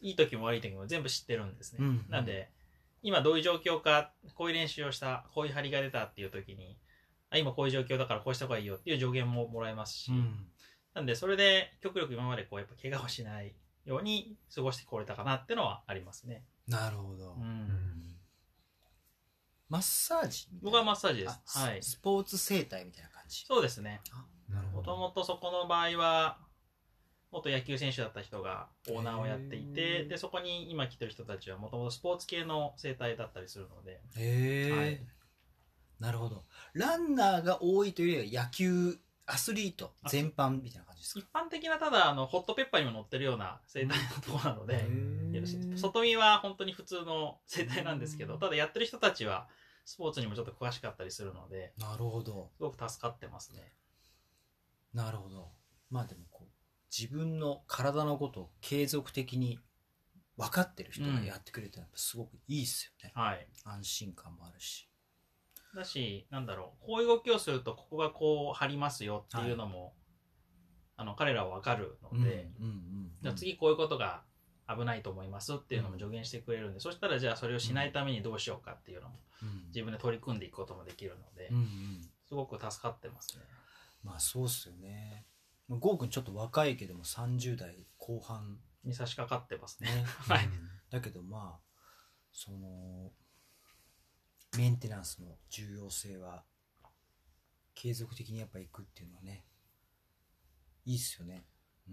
Speaker 4: いい時も悪い時も全部知ってるんですね、
Speaker 3: うん
Speaker 4: なんで今どういう状況かこういう練習をしたこういう張りが出たっていう時にあ今こういう状況だからこうした方がいいよっていう助言ももらえますし、
Speaker 3: うん
Speaker 4: なんで、それで、極力今までこう、やっぱ怪我をしないように過ごしてこれたかなってのはありますね。
Speaker 3: なるほど、
Speaker 4: うん。
Speaker 3: マッサージ
Speaker 4: 僕はマ
Speaker 3: ッ
Speaker 4: ッサージで
Speaker 3: あ
Speaker 4: す。はい。
Speaker 3: スポーツ整体みたいな感じ
Speaker 4: そうですね。
Speaker 5: なる
Speaker 4: もともとそこの場合は、元野球選手だった人がオーナーをやってい
Speaker 3: へ
Speaker 4: て、
Speaker 3: ー
Speaker 4: で、そこに今来てる人たちはもともとスポーツ系の生態だったりするので、
Speaker 3: へえ、
Speaker 4: はい
Speaker 3: なるほどランナーが多いというよりは野球アスリート
Speaker 4: あ
Speaker 3: 全般みたいな感じですか
Speaker 4: 一般的なただ、あの、ホットペッパーにも乗ってるような生態のところなので、
Speaker 3: へえ
Speaker 4: よろしいです外見は本当に普通の生態なんですけど、ただやってる人たちは、スポーツにもちょっと詳しかったりするので、
Speaker 3: なるほど
Speaker 4: すごく助かってますね。
Speaker 3: なるほどまあでもこう自分の体のことを継続的に分かってる人がやってくれたらやっぱすごくいいですよね、
Speaker 4: はい。
Speaker 3: 安心感もあるし
Speaker 4: だし、なんだろう、こういう動きをすると、ここがこう張りますよっていうのも、あの、彼らはわかるので、
Speaker 3: うんうんうん
Speaker 4: じゃあ次こういうことが危ないと思いますっていうのも助言してくれるんで、そしたらじゃあそれをしないためにどうしようかっていうのも、
Speaker 3: うん
Speaker 4: 自分で取り組んでいくこともできるので、
Speaker 3: うんうん
Speaker 4: すごく助かってますね。
Speaker 3: まあそうっすよねまあゴーくんちょっと若いけども30代後半
Speaker 4: に差し掛かってますね。
Speaker 3: ね、
Speaker 4: はい
Speaker 3: うんだけどまあそのメンテナンスの重要性は継続的にやっぱいくっていうのはねいいっすよね、うん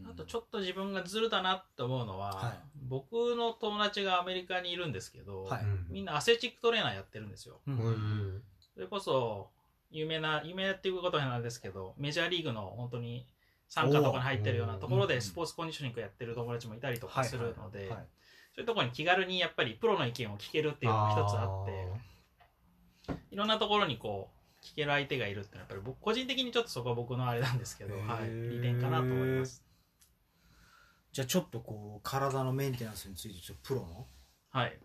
Speaker 4: あとちょっと自分がずるだなって思うのは、
Speaker 3: はい
Speaker 4: 僕の友達がアメリカにいるんですけど、
Speaker 3: はい
Speaker 4: みんなアスレチックトレーナーやってるんですよ。
Speaker 3: うん
Speaker 5: うん
Speaker 4: それこそ、有名な、有名っていうことなんですけど、メジャーリーグの本当に参加とかに入ってるようなとこ
Speaker 3: おー
Speaker 4: ろ
Speaker 3: うんう
Speaker 4: で
Speaker 3: ん
Speaker 4: スポーツコンディショニングやってる友達もいたりと
Speaker 3: は
Speaker 4: か
Speaker 3: い
Speaker 4: するので、
Speaker 3: はい
Speaker 4: そういうところに気軽にやっぱりプロの意見を聞けるっていうのが一つあって、いろんなところにこう、聞ける相手がいるっていうのはやっぱり僕、個人的にちょっとそこは僕のあれなんですけど、
Speaker 3: へー
Speaker 4: はい、利点かなと思います。
Speaker 3: じゃあちょっとこう体のメンテナンスについてちょっとプロの
Speaker 4: はい、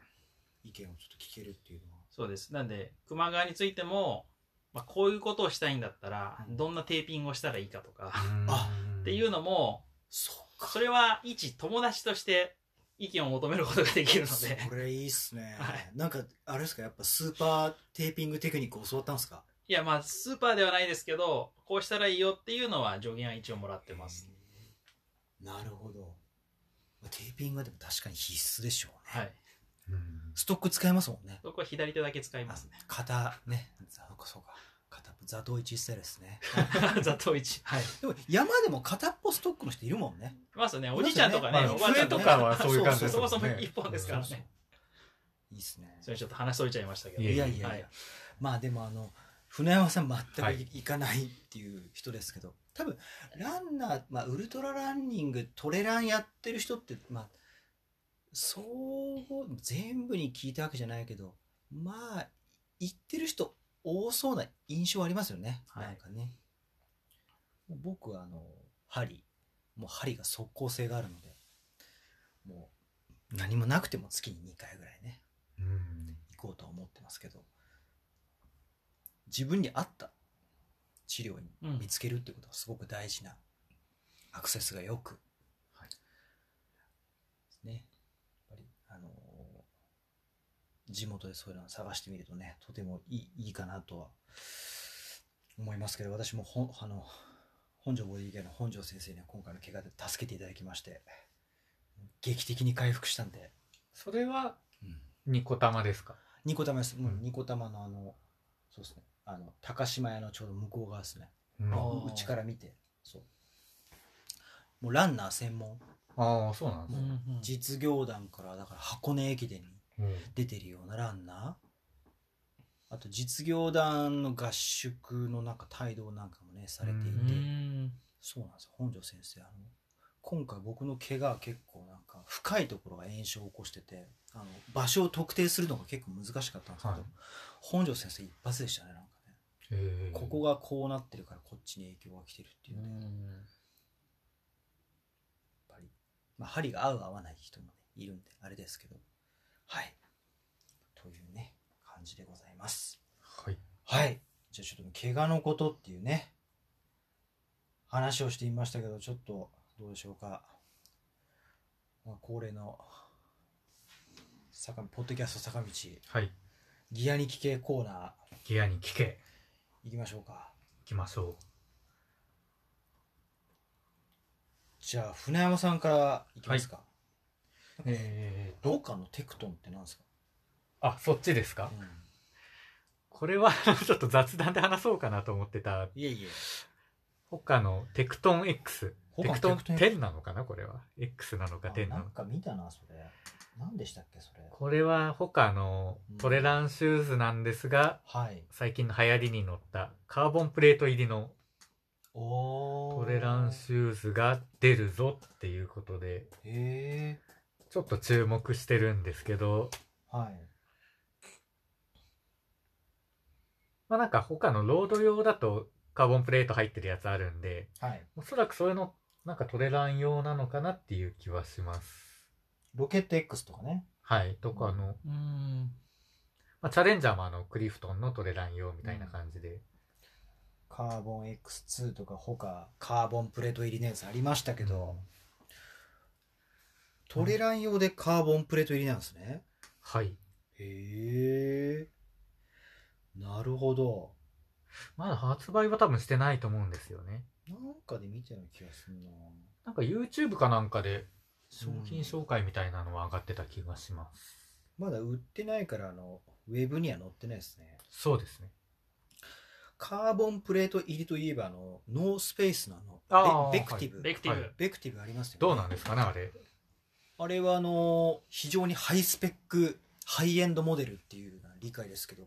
Speaker 3: 意見をちょっと聞けるっていうのは
Speaker 4: そうです。なんで、熊川についても、まあ、こういうことをしたいんだったら、
Speaker 3: うん
Speaker 4: どんなテーピングをしたらいいかとか、
Speaker 3: あ
Speaker 4: っていう
Speaker 5: の
Speaker 4: のも、
Speaker 3: そう
Speaker 4: それは一友達として意見を求めることができるので、
Speaker 3: それいいっすね、
Speaker 4: はい
Speaker 3: なんかあれですかやっぱスーパーテーピングテクニック教わったんですか
Speaker 4: いやまあスーパーではないですけど、こうしたらいいよっていうのは助言は一応もらってます。
Speaker 3: へーなるほどまあテーピングはでも確かに必須でしょうね、
Speaker 4: はい。
Speaker 3: ストック使えますもんね
Speaker 4: 僕は左手だけ使い
Speaker 3: あ
Speaker 4: ますね。
Speaker 3: 肩ねそうかそうか片っぽザトウイチスタイルですね
Speaker 4: ざっと一。はい。
Speaker 3: でも山でも片っぽストックの人いるもんね
Speaker 4: いますね。おじいちゃんとか
Speaker 3: い
Speaker 4: ね、
Speaker 3: ます
Speaker 4: お
Speaker 3: よ
Speaker 4: ばあちゃんと
Speaker 5: ね
Speaker 4: か。
Speaker 5: まあそういう感じです
Speaker 4: そ
Speaker 5: よね
Speaker 4: もそも一本ですから
Speaker 3: そうそう
Speaker 4: ね。
Speaker 3: いいっすね
Speaker 4: それちょっと話それちゃいましたけど。
Speaker 5: い
Speaker 3: い
Speaker 5: え
Speaker 3: やいやいや、
Speaker 4: はい
Speaker 3: まあでもあの船山さん全く
Speaker 5: はい
Speaker 3: い行かないっていう人ですけど、多分ランナー、まあ、ウルトラランニングトレランやってる人ってまあそう全部に聞いたわけじゃないけどまあ行ってる人多そうな印象ありますよね、
Speaker 4: はい
Speaker 3: なんかね僕はあの針もう針が即効性があるのでもう何もなくても月に2回ぐらいね行こうとは思ってますけど自分に合った治療
Speaker 4: う
Speaker 3: に
Speaker 4: ん
Speaker 3: 見つけるってことがすごく大事なアクセスがよく、
Speaker 4: はい
Speaker 3: ですねやっぱりあのー地元でそういうのを探してみるとねとてもいいいいかなとは思いますけど私もほんあの本庄ボディケアの本庄先生には今回の怪我で助けていただきまして劇的に回復したんで、
Speaker 5: それは
Speaker 3: うん
Speaker 5: ニコ玉ですか
Speaker 3: ニコタマです。う、
Speaker 5: うんん
Speaker 3: ニコタマのあの、そうですね。あの、高島屋のちょうど向こう側ですね。
Speaker 5: うん
Speaker 4: あ
Speaker 5: あ
Speaker 4: ー
Speaker 3: うちから見て、そう。もうランナー専門、
Speaker 5: あそうなん
Speaker 4: う
Speaker 5: で
Speaker 4: ん
Speaker 5: すね
Speaker 4: うん
Speaker 3: 実業団から、だから箱根駅伝に
Speaker 5: うん
Speaker 3: 出てるようなランナー、あと実業団の合宿のなんか帯同なんかもね、されていて、
Speaker 4: うん
Speaker 3: そうなんですよ、本庄先生。あの今回僕の怪我は結構なんか深いところが炎症を起こしててあの場所を特定するのが結構難しかったんですけど、
Speaker 5: はい
Speaker 3: 本庄先生一発でしたねなんかね
Speaker 5: へー
Speaker 3: ここがこうなってるからこっちに影響が来てるっていううね、やっ
Speaker 4: ん
Speaker 3: ぱり、まあ、針が合う合わない人も、ね、いるんであれですけどはいというね感じでございます
Speaker 5: はい
Speaker 3: はい。じゃあちょっと怪我のことっていうね、話をしていましたけど、ちょっとどうでしょうか。まあ、恒例の、坂ポッドキャスト坂道、
Speaker 5: はい
Speaker 3: ギアに聞けコーナー
Speaker 5: ギアに聞け
Speaker 3: 行きましょうか。
Speaker 5: 行きましょ
Speaker 3: じゃあ、船山さんから行きますか。
Speaker 5: うえ
Speaker 3: どうかのテクトンってなんですか、
Speaker 5: ーあそっちですか
Speaker 3: うん
Speaker 5: これは ちょっと雑談で話そうかなと思ってた
Speaker 3: いえいえ。
Speaker 5: 他のテクトン X
Speaker 3: 他
Speaker 5: テ
Speaker 3: の
Speaker 5: クトン
Speaker 3: テクトン X
Speaker 5: 10なのかなこれは X なのか
Speaker 3: あ
Speaker 5: 10
Speaker 3: な
Speaker 5: なの
Speaker 3: ん
Speaker 5: か
Speaker 3: か見たな、それ。何でしたっけ、それ。
Speaker 5: これは他のトレランシューズなんですが、
Speaker 3: はい。
Speaker 5: 最近の流行りに乗ったカーボンプレート入りの
Speaker 3: お
Speaker 5: トレランシューズが出るぞっていうことで、
Speaker 3: へえ。
Speaker 5: ちょっと注目してるんですけど、
Speaker 3: はい。
Speaker 5: まあなんか他のロード用だとカーボンプレート入ってるやつあるんで、
Speaker 3: はい。
Speaker 5: おそらくそれのなんかトレラン用なのかなっていう気はします。
Speaker 3: ロケット X とかね。
Speaker 5: はい。とかあの、
Speaker 4: うん
Speaker 5: まあ、チャレンジャーもあのクリフトンのトレラン用みたいな感じで、
Speaker 3: カーボン X2 とか他カーボンプレート入りのやつありましたけど、トレラン用でカーボンプレート入りなんですね、
Speaker 5: はい。
Speaker 3: へえなるほど
Speaker 5: まだ発売は多分してないと思うんですよね。
Speaker 3: なんかで見たような気がするな
Speaker 5: なんか YouTube かなんかで商品紹介みたいなのは上がってた気がします。
Speaker 3: まだ売ってないから、あの、ウェブには載ってないですね。
Speaker 5: そうですね。
Speaker 3: カーボンプレート入りといえば、あの、ノースペースのあ
Speaker 5: あ
Speaker 3: の
Speaker 5: ー
Speaker 3: ベ、ベクティブ、
Speaker 4: ベクティブ、
Speaker 5: は
Speaker 3: ベクティブありますよね。
Speaker 5: どうなんですかね、あれ。
Speaker 3: あれはあの非常にハイスペックハイエンドモデルっていうような理解ですけど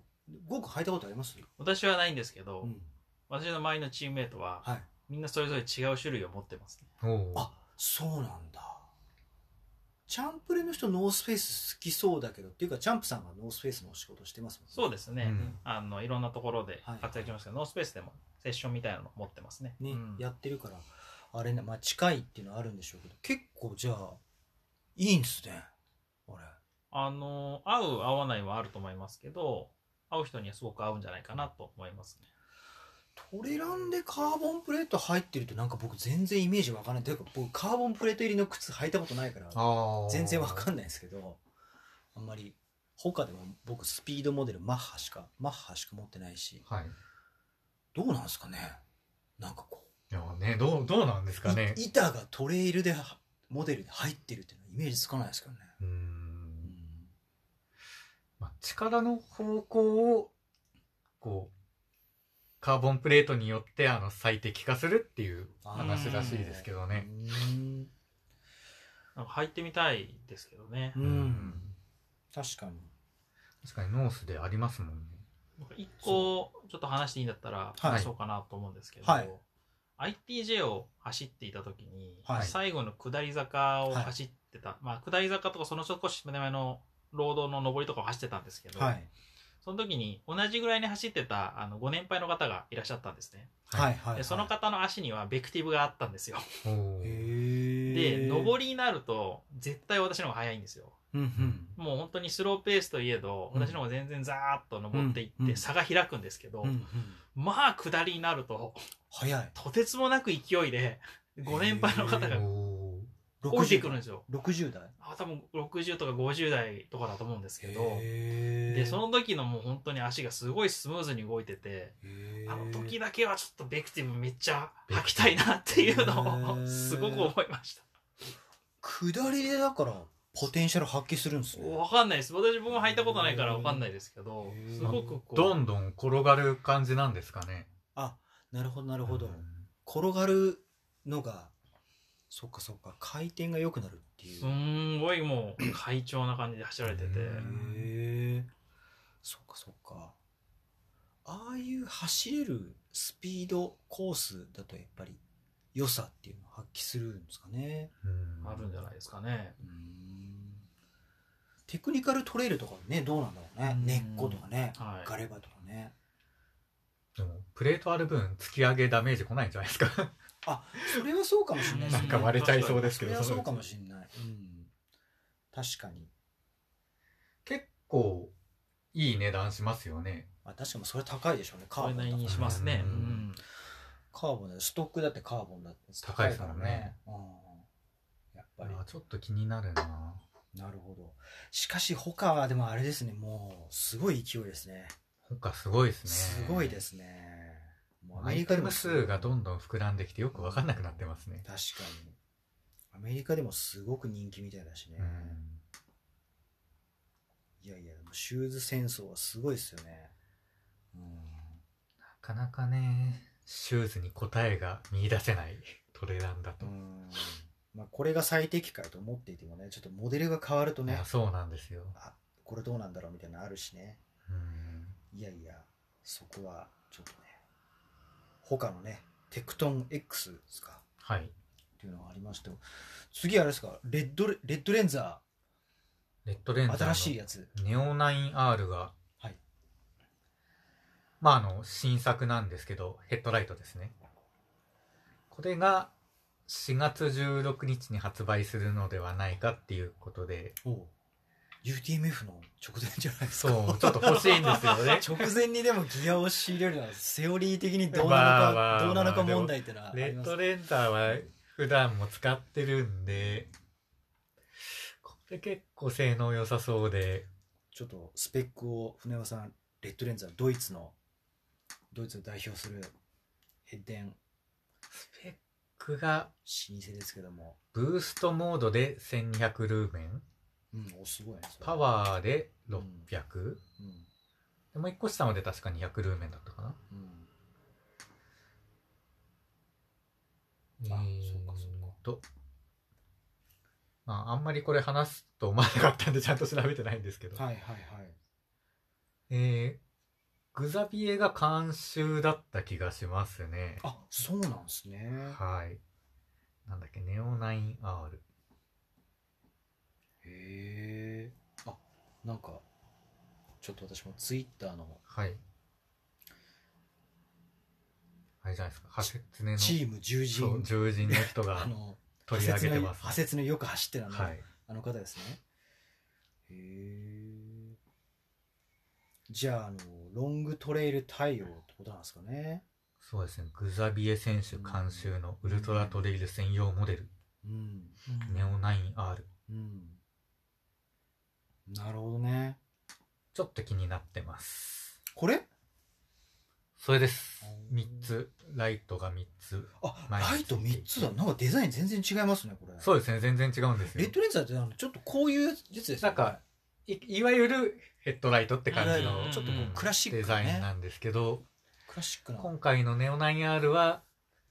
Speaker 3: ごく履いたことあります、
Speaker 4: 私はないんですけど、
Speaker 3: うん
Speaker 4: 私の周りのチームメイトは、
Speaker 3: はい、
Speaker 4: みんなそれぞれ違う種類を持ってますね。
Speaker 5: おおー。
Speaker 3: あそうなんだチャンプレの人ノースフェイス好きそうだけどっていうかチャンプさんがノースフェイスのお仕事してますもんね
Speaker 4: そうですね。
Speaker 5: うん
Speaker 4: あの、いろんなところで活躍しますけど、ノースペースでもセッションみたいなの持ってますね。
Speaker 3: ね、
Speaker 4: うん
Speaker 3: やってるからあれね、まあ、近いっていうのはあるんでしょうけど結構じゃあいいんすねあれ
Speaker 4: あの、合う合わないはあると思いますけど、合う人にはすごく合うんじゃないかなと思いますね。
Speaker 3: トレランでカーボンプレート入ってるとなんか僕全然イメージわかんないというか僕カーボンプレート入りの靴履いたことないから
Speaker 5: あー
Speaker 3: 全然わかんないですけどあんまり他でも僕スピードモデルマッハしかマッハしか持ってないし
Speaker 5: はい。
Speaker 3: どうなんですかねなんかこ
Speaker 5: いやね、どう、どうなんです
Speaker 3: う、
Speaker 5: かね
Speaker 3: い。板がトレイルでモデルで入ってるっていうのはイメージつかないですけどね、
Speaker 5: うー。
Speaker 3: うんん
Speaker 5: まあ、力の方向を、こう、カーボンプレートによって、あの、最適化するっていう話らしいですけどね。
Speaker 3: うん
Speaker 4: なんか入ってみたいですけどね
Speaker 3: う。ん確かに
Speaker 5: 確かにノースでありますもんね。
Speaker 4: なんか一個ちょっと話していいんだったら
Speaker 3: はい
Speaker 4: 話そうかなと思うんですけど、
Speaker 3: はい
Speaker 4: ITJ を走っていた時に、
Speaker 3: はい
Speaker 4: 最後の下り坂を走ってた、まあ下り坂とかその少し手前の労働の上りとかを走ってたんですけど、
Speaker 3: はい
Speaker 4: その時に同じぐらいに走ってたあのご年配の方がいらっしゃったんですね、
Speaker 3: はいはいはい
Speaker 4: でその方の足にはベクティブがあったんですよ
Speaker 5: おお。
Speaker 3: へ
Speaker 4: で
Speaker 3: え
Speaker 4: 上りになると絶対私の方が速いんですよ
Speaker 3: うんうん
Speaker 4: もう本当にスローペースといえど
Speaker 3: うん
Speaker 4: 私の方が全然ザーッと上ってい
Speaker 3: うん
Speaker 4: っ
Speaker 3: うん
Speaker 4: て差が開くんですけど、
Speaker 3: うんうん
Speaker 4: まあ下りになると
Speaker 3: 早い
Speaker 4: とてつもなく勢いでご年配の方
Speaker 5: お
Speaker 4: が
Speaker 5: お。
Speaker 4: 降りてくるんですよ。
Speaker 3: 60代
Speaker 4: あ多分60とか50代とかだと思うんですけど、
Speaker 3: へえ
Speaker 4: でその時のもう本当に足がすごいスムーズに動いてて、
Speaker 3: へえ
Speaker 4: あの時だけはちょっとベクティブめっちゃ履きたいなっていうの
Speaker 3: へ
Speaker 4: を
Speaker 3: ー
Speaker 4: すごく思いました。
Speaker 3: 下りでだからポテンシャル発揮するんですね
Speaker 4: わかんないです。私僕も履いたことないからわかんないですけど
Speaker 3: へ、ー
Speaker 4: すごくこう。
Speaker 5: どんどん転がる感じなんですかね。
Speaker 3: なるほどなるほど、
Speaker 5: うん
Speaker 3: 転がるのがそっかそっか回転が良くなるっていう
Speaker 4: すんごいもう快調な感じで走られてて、
Speaker 5: うん
Speaker 3: へえそっかそっかああいう走れるスピードコースだとやっぱり良さっていうのを発揮するんですかね
Speaker 5: うん
Speaker 4: あるんじゃないですかね。
Speaker 3: うーんテクニカルトレイルとかねどうなんだろうね
Speaker 4: うん
Speaker 3: 根っことかね、
Speaker 4: はい
Speaker 3: ガレバとかね
Speaker 5: でもプレートある分、突き上げダメージ来ないんじゃないですか。
Speaker 3: あそれはそうかもしれないです
Speaker 5: な
Speaker 3: ね
Speaker 5: んか割れちゃいそうです
Speaker 3: そ
Speaker 5: け
Speaker 3: れ
Speaker 5: ど。
Speaker 3: はそうか
Speaker 5: の
Speaker 3: も
Speaker 5: うち
Speaker 3: しれない、うん、確かに
Speaker 5: 結構、いい値段しますよね。
Speaker 3: あ確かにそれ高いでしょうねカ
Speaker 4: そ
Speaker 3: ーボ
Speaker 4: れ
Speaker 3: ンだ
Speaker 4: なり
Speaker 3: から
Speaker 4: にしますね。
Speaker 5: う
Speaker 4: うんん
Speaker 3: カーボンだストックだってカーボンだって
Speaker 5: 高いですからね
Speaker 3: 高いからねうん、やっぱり
Speaker 5: あちょっと気になるな。
Speaker 3: なるほどしかし他はでもあれですねもうすごい勢いですね
Speaker 5: 他すごいですね。。
Speaker 3: すごいですすねもう
Speaker 5: アイテム
Speaker 3: すごい
Speaker 5: 数がどんどん膨らんできてよくわかんなくなってますね。
Speaker 3: 確かにアメリカでもすごく人気みたいだしね、
Speaker 5: うん
Speaker 3: いやいやでもシューズ戦争はすごいですよねう
Speaker 5: なかなかね、シューズに答えが見出せないトレランだと
Speaker 3: ん。うんまあ、これが最適解と思っていてもねちょっとモデルが変わると
Speaker 5: い
Speaker 3: ね
Speaker 5: やそうなんですよ。
Speaker 3: あこれどうなんだろうみたいなのあるしね
Speaker 5: うん
Speaker 3: いやいやそこはちょっとね他のねテクトン X ですか
Speaker 5: はい。
Speaker 3: っていうのがありまして次あれですかレッドレレッドレンザ
Speaker 5: レッドレン
Speaker 3: ー
Speaker 5: ザーの
Speaker 3: 新しいやつ
Speaker 5: ネオ 9R が、
Speaker 3: はい
Speaker 5: まああの、新作なんですけど、ヘッドライトですね。これが4月16日に発売するのではないかっていうことで、
Speaker 3: おう UTMF の直前じゃないです
Speaker 5: そ
Speaker 3: か。
Speaker 5: う、ちょっと欲しいんですよね
Speaker 3: 直前にでもギアを仕入れるのはセオリー的にどうなの
Speaker 5: まあまあま
Speaker 3: か
Speaker 5: あ
Speaker 3: どうなのか問題ってのはあ
Speaker 5: レ
Speaker 3: り
Speaker 5: ッ
Speaker 3: ます
Speaker 5: ドレンザーは普段も使ってるんで、これ結構性能良さそうで、
Speaker 3: ちょっとスペックを船山さんレッドレンザードイツのドイツを代表するヘッデン老
Speaker 5: スペックが
Speaker 3: 舗ですけども
Speaker 5: ブーストモードで1200ルーメン
Speaker 3: うん、おすごいね。それ
Speaker 5: パワーで
Speaker 3: うん
Speaker 5: 600、
Speaker 3: うん
Speaker 5: でもう一個下まで確か200ルーメンだったかな
Speaker 3: うん
Speaker 5: え
Speaker 3: あ
Speaker 5: ー
Speaker 3: そうかそうか
Speaker 5: とまああんまりこれ話すと思わなかったんでちゃんと調べてないんですけど、
Speaker 3: はいはいはい。
Speaker 5: えーグザビエが監修だった気がしますね
Speaker 3: あ、そうなんですね。
Speaker 5: はいなんだっけネオ 9R
Speaker 3: へえ。あ、なんか、ちょっと私もツイッターの
Speaker 5: はいあれじゃないですか派切ねの
Speaker 3: チーム獣
Speaker 5: そ
Speaker 3: 人、
Speaker 5: う獣人の人が
Speaker 3: あの、
Speaker 5: 取り上げてます
Speaker 3: 派切のよく走ってたの、
Speaker 5: はい
Speaker 3: あの方ですね。へえ。じゃあ、あの、ロングトレイル対応ってことなんですかね。
Speaker 5: そうですねグザビエ選手監修のウルトラトレイル専用モデル、
Speaker 3: うん。
Speaker 5: ネオ 9R
Speaker 3: うん。なるほどね。
Speaker 5: ちょっと気になってます
Speaker 3: これ
Speaker 5: それです
Speaker 3: うん
Speaker 5: 3つライトが3つ
Speaker 3: あ、
Speaker 5: 前に
Speaker 3: ライト3つだ。なんかデザイン全然違いますね、これ。
Speaker 5: そうですね全然違うんです
Speaker 3: レ
Speaker 5: よ
Speaker 3: ッドレンザーってあのちょっとこういうやつですよ
Speaker 5: なんかいいわゆるヘッドライトって感じ
Speaker 3: いわゆ
Speaker 5: の
Speaker 3: るちょっとこうクラシック
Speaker 5: デ
Speaker 3: な
Speaker 5: ザイン
Speaker 3: ね
Speaker 5: なんですけど、
Speaker 3: クラシックな
Speaker 5: 今回のネオ 9R は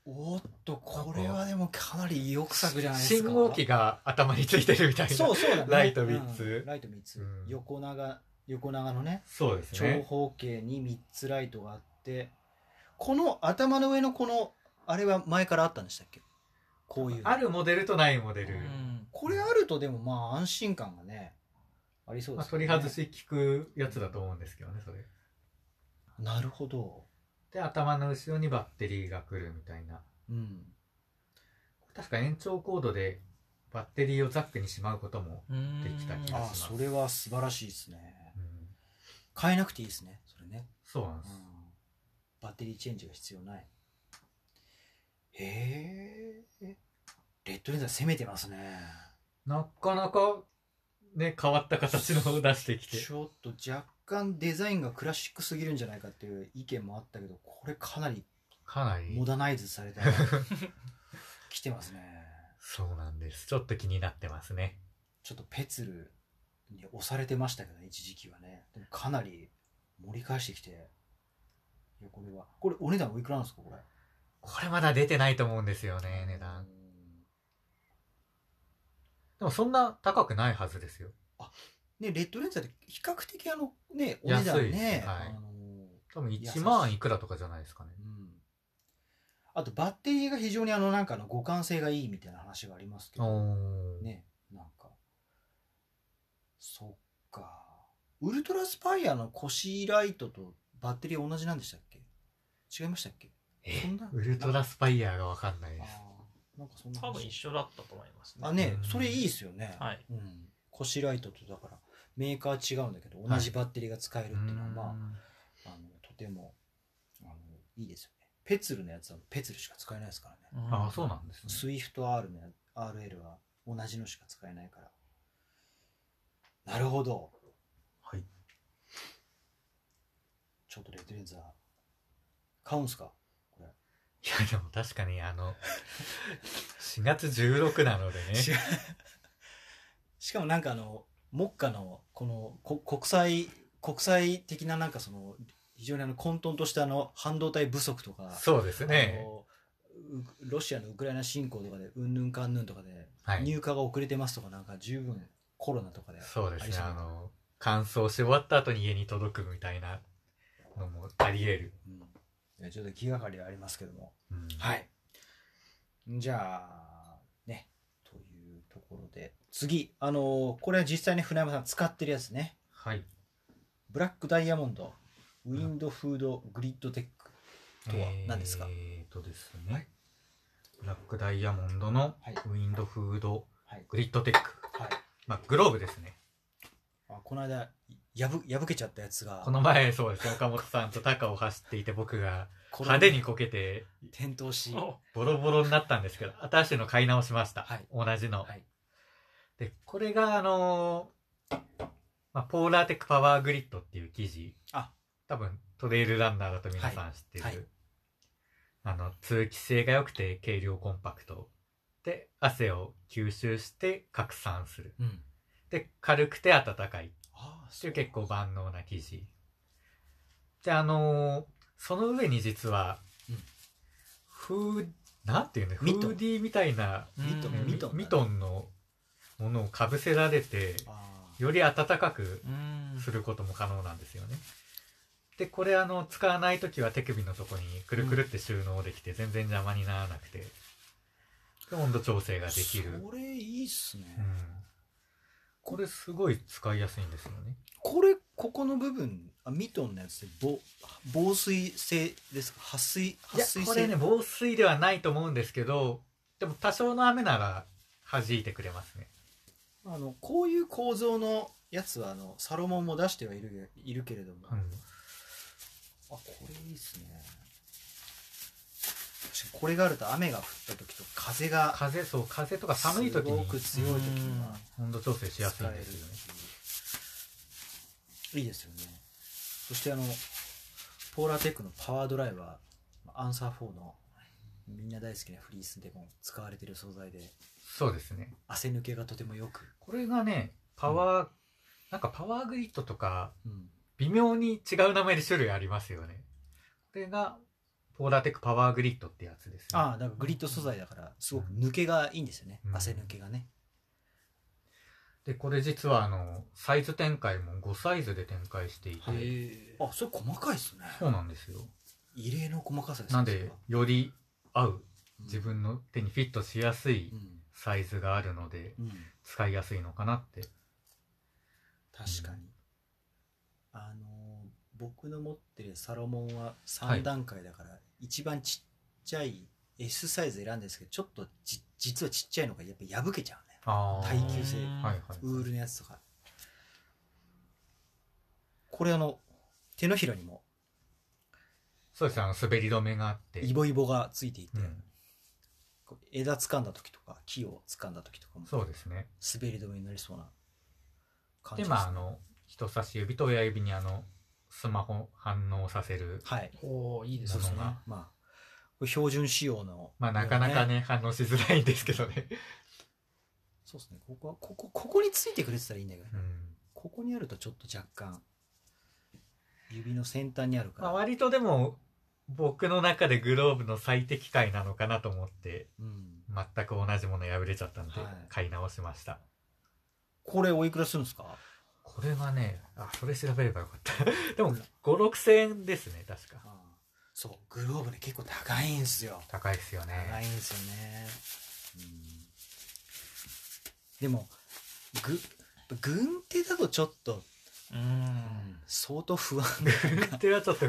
Speaker 3: おーっとこれはでもかなり意欲作じゃないです
Speaker 5: 信
Speaker 3: か
Speaker 5: 号機が頭についてるみたいな
Speaker 3: そうそうだね
Speaker 5: ライト3つ
Speaker 3: うんライト3つ、
Speaker 5: うん
Speaker 3: 横長横長のね
Speaker 5: そうです
Speaker 3: 長
Speaker 5: ね
Speaker 3: 方形に3つライトがあってこの頭の上のこのあれは前からあったんでしたっけこういうの
Speaker 5: あるモデルとないモデル、
Speaker 4: うん
Speaker 3: これあるとでもまあ安心感がねありそう
Speaker 5: ま
Speaker 3: で
Speaker 5: あ、
Speaker 3: すよ
Speaker 5: 取
Speaker 3: ね
Speaker 5: り外し効くやつだと思うんですけどねそれ
Speaker 3: なるほど
Speaker 5: で頭の後ろにバッテリーが来るみたいな
Speaker 3: うん
Speaker 5: 確か延長コードでバッテリーをザックにしまうことも、
Speaker 4: うん
Speaker 5: できた気が
Speaker 3: あ
Speaker 5: します
Speaker 3: それは素晴らしいですね
Speaker 5: うん
Speaker 3: 変えなくていいですねそれね
Speaker 5: そうなんで
Speaker 3: う
Speaker 5: す、
Speaker 3: んバッテリーチェンジが必要ないへえレッドレンザー攻めてますね
Speaker 5: なかなかね変わった形のを出してきて
Speaker 3: ちょっと若干デザインがクラシックすぎるんじゃないかっていう意見もあったけどこれかなり
Speaker 5: かなり
Speaker 3: モダナイズされ た来てますね
Speaker 5: そうなんですちょっと気になってますね
Speaker 3: ちょっとペツルに押されてましたけどね一時期はねでもかなり盛り返してきていやこれはこれお値段おいくらなんですかこれ
Speaker 5: これまだ出てないと思うんですよね値段でもそんな高くないはずですよ
Speaker 3: ね、レッドレンザーって比較的あのね、お値
Speaker 5: 安
Speaker 3: 段
Speaker 5: いです
Speaker 3: ね
Speaker 5: ね、はい
Speaker 3: あの
Speaker 5: 多分
Speaker 3: 優しい
Speaker 5: 1万いくらとかじゃないですかね
Speaker 3: うん。あとバッテリーが非常にあのなんかあの互換性がいいみたいな話がありますけ
Speaker 5: お
Speaker 3: ど、
Speaker 5: ー
Speaker 3: ね、なんか、そっか。ウルトラスパイアの腰ライトとバッテリー同じなんでしたっけ違いましたっけそんな
Speaker 5: ウルトラスパイヤーがわかんない
Speaker 3: あ
Speaker 5: です
Speaker 3: ーなんかそんな
Speaker 4: 多分一緒だったと思いますね。
Speaker 3: あね
Speaker 5: う、ん
Speaker 3: それいいですよね。
Speaker 4: はい。
Speaker 3: うん。腰ライトとだからメーカー違うんだけど同じバッテリーが使えるっていうのはまあ、あのとてもあのいいですよね。ペツルのやつはペツルしか使えないですからね。
Speaker 5: うんああそうなんですね
Speaker 3: スイフト R のや RL は同じのしか使えないから。なるほど。
Speaker 5: はい。
Speaker 3: ちょっとレッドレンザー、買うんすか
Speaker 5: いやでも確かにあの 4月16なのでね
Speaker 3: ししかもなんかあの、目下のこのこ国際、国際的ななんかその、非常にあの混沌としたあの半導体不足とか、
Speaker 5: そうです
Speaker 3: あ
Speaker 5: ね
Speaker 3: のうロシアのウクライナ侵攻とかでうんぬんかんぬんとかで
Speaker 5: はい
Speaker 3: 入荷が遅れてますとかなんか十分コロナとかで
Speaker 5: そうですね
Speaker 3: あり
Speaker 5: あ
Speaker 3: うな
Speaker 5: の乾燥し終わった後に家に届くみたいなのもあり得る、
Speaker 3: うんいやちょっと気がかりはありますけども
Speaker 5: うん
Speaker 3: はいじゃあねというところで次あのこれは実際に船山さん使ってるやつね
Speaker 5: はい
Speaker 3: ブラックダイヤモンドウィンドフードグリッドテックとは何ですか
Speaker 5: えーとですね、ブラックダイヤモンドの
Speaker 3: はい
Speaker 5: ウィンドフード
Speaker 3: はい、
Speaker 5: グリッドテック、
Speaker 3: はい、
Speaker 5: まあ、グローブですね
Speaker 3: あこの間やぶ破けちゃったやつが
Speaker 5: この前そうです岡本さんと高を走っていて僕が
Speaker 3: 転んで
Speaker 5: 派手にこけて
Speaker 3: 転倒し
Speaker 4: お
Speaker 5: ボロボロになったんですけど新しいの買い直しました、
Speaker 3: はい
Speaker 5: 同じの、
Speaker 3: はい
Speaker 5: でこれがあのーまあ、ポーラーテックパワーグリッドっていう記事
Speaker 3: あ
Speaker 5: 多分トレイルランナーだと皆さん知ってる、
Speaker 3: はいはい
Speaker 5: あの通気性が良くて軽量コンパクトで汗を吸収して拡散する
Speaker 3: うん
Speaker 5: で、軽くて暖かい。
Speaker 3: ああ
Speaker 5: っていう結構万能な生地。で、あのーその上に実は、
Speaker 3: うん
Speaker 5: フー、なんていうの、フ
Speaker 3: ミトン
Speaker 5: ーディーみたいな、
Speaker 3: ミトン
Speaker 5: うん
Speaker 3: ミトンだね
Speaker 5: ミトンのものをかぶせられて、
Speaker 3: あ
Speaker 5: より暖かく
Speaker 4: うん
Speaker 5: することも可能なんですよね。で、これあの、使わないときは手首のとこにくるくるって収納できて、全然邪魔にならなくて、で温度調整が
Speaker 3: あ
Speaker 5: できる。
Speaker 3: それいいっすね、
Speaker 5: うんこれすごい使いやすいんですよね。
Speaker 3: これここの部分あミトンのやつって防防水性ですか撥水
Speaker 5: い
Speaker 3: 撥
Speaker 5: や
Speaker 3: 水、
Speaker 5: こ
Speaker 3: 性
Speaker 5: れね、防水ではないと思うんですけど、でも多少の雨なら弾いてくれますね。
Speaker 3: あのこういう構造のやつはあのサロモンも出してはいるいるけれども、
Speaker 5: う
Speaker 3: あ
Speaker 5: ん。
Speaker 3: これいいっすね確かにこれがあると雨が降った時と風が
Speaker 5: 風、そう、風とか寒い時
Speaker 3: す
Speaker 5: に
Speaker 3: ごく強い時には
Speaker 5: 温度調整しやす
Speaker 3: 使
Speaker 5: い
Speaker 3: え
Speaker 5: ん
Speaker 3: る
Speaker 5: ですよね。
Speaker 3: いいですよねそしてあのポーラーテックのパワードライはアンサー4のみんな大好きなフリースでも使われている素材で
Speaker 5: そうですね。
Speaker 3: 汗抜けがとてもよく、
Speaker 5: これがね、パワー、なんかパワーグリッドとか、
Speaker 3: うん、
Speaker 5: 微妙に違う名前で種類ありますよね。これが、ポーラーテックパワーグリッドってやつですね。
Speaker 3: ああだからグリッド素材だからすごく抜けがいいんですよね、
Speaker 5: うん
Speaker 3: 汗抜けがね
Speaker 5: で、これ実はあの、サイズ展開も5サイズで展開していて、
Speaker 3: あそれ細かいですね
Speaker 5: そうなんですよ。
Speaker 3: 異例の細かさですね
Speaker 5: なんで、より合う、
Speaker 3: それ
Speaker 5: 自
Speaker 3: は
Speaker 5: 分の手にフィットしやすい
Speaker 3: うん、
Speaker 5: サイズがあるので、
Speaker 3: うん
Speaker 5: 使いやすいのかなって。
Speaker 3: 確かに、あのー僕の持ってるサロモンは
Speaker 5: は
Speaker 3: 3
Speaker 5: い
Speaker 3: 段階だから、一番ちっちゃい S サイズ選んだんですけどちょっとじ実はちっちゃいのがやっぱ破けちゃうね
Speaker 5: あー
Speaker 3: 耐久性
Speaker 5: はいはい。
Speaker 3: ウールのやつとかこれあの手のひらにも
Speaker 5: そうですね、あの、滑り止めがあって。
Speaker 3: イボイボがついていて、
Speaker 5: うん、
Speaker 3: こう枝掴んだ時とか木を掴んだ時とかも
Speaker 5: そうですね。
Speaker 3: 滑り止めになりそうな感じ
Speaker 5: で、
Speaker 3: です、ね、
Speaker 5: まあ、あの、人差し指と親指にあの、スマホ反応させる。
Speaker 3: はい
Speaker 4: おおいいです
Speaker 5: そ
Speaker 3: そううで
Speaker 5: で
Speaker 3: すす
Speaker 5: ね
Speaker 3: ねまあこれ標準仕様の
Speaker 5: まあ、なかなかね、反応しづらいんですけど ね。
Speaker 3: そうですねここはここここについてくれてたらいいんだけど、
Speaker 5: うん。
Speaker 3: ここにあるとちょっと若干指の先端にあるか
Speaker 5: ま
Speaker 3: ら、
Speaker 5: あ、割とでも、僕の中でグローブの最適解なのかなと思って、
Speaker 3: うん、
Speaker 5: 全く同じもの破れちゃったんで
Speaker 3: はい、
Speaker 5: 買い直しました。
Speaker 3: これおいくらするんですか
Speaker 5: これはね、あ、それ調べればよか った。でも、5、6千円ですね、確か。
Speaker 3: そうグローブね結構高いんですよ
Speaker 5: 高いですよ
Speaker 3: 高
Speaker 5: ね。
Speaker 3: いんですよね、うん、でもぐ軍手だとちょっと
Speaker 4: うん
Speaker 3: 相当不安
Speaker 5: 軍手はちょっと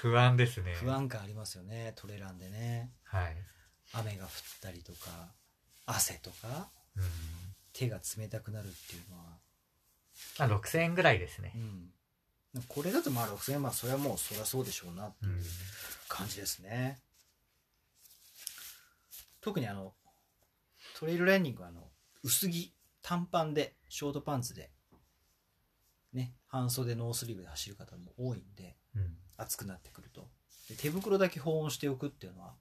Speaker 5: 不安ですね。
Speaker 3: 不安感ありますよねトレランでね
Speaker 5: はい。
Speaker 3: 雨が降ったりとか汗とか
Speaker 5: うん。
Speaker 3: 手が冷たくなるっていうのは、
Speaker 5: まあ、6000円ぐらいですね
Speaker 3: う。ん、これだとまあ6000円まあそれはもうそりゃそうでしょうなって
Speaker 5: う。
Speaker 3: いうん感じですね、特にあのトレイルランニングはあの薄着短パンでショートパンツでね半袖ノースリーブで走る方も多いんで
Speaker 5: うん。
Speaker 3: 暑くなってくるとで手袋だけ保温しておくっていうのは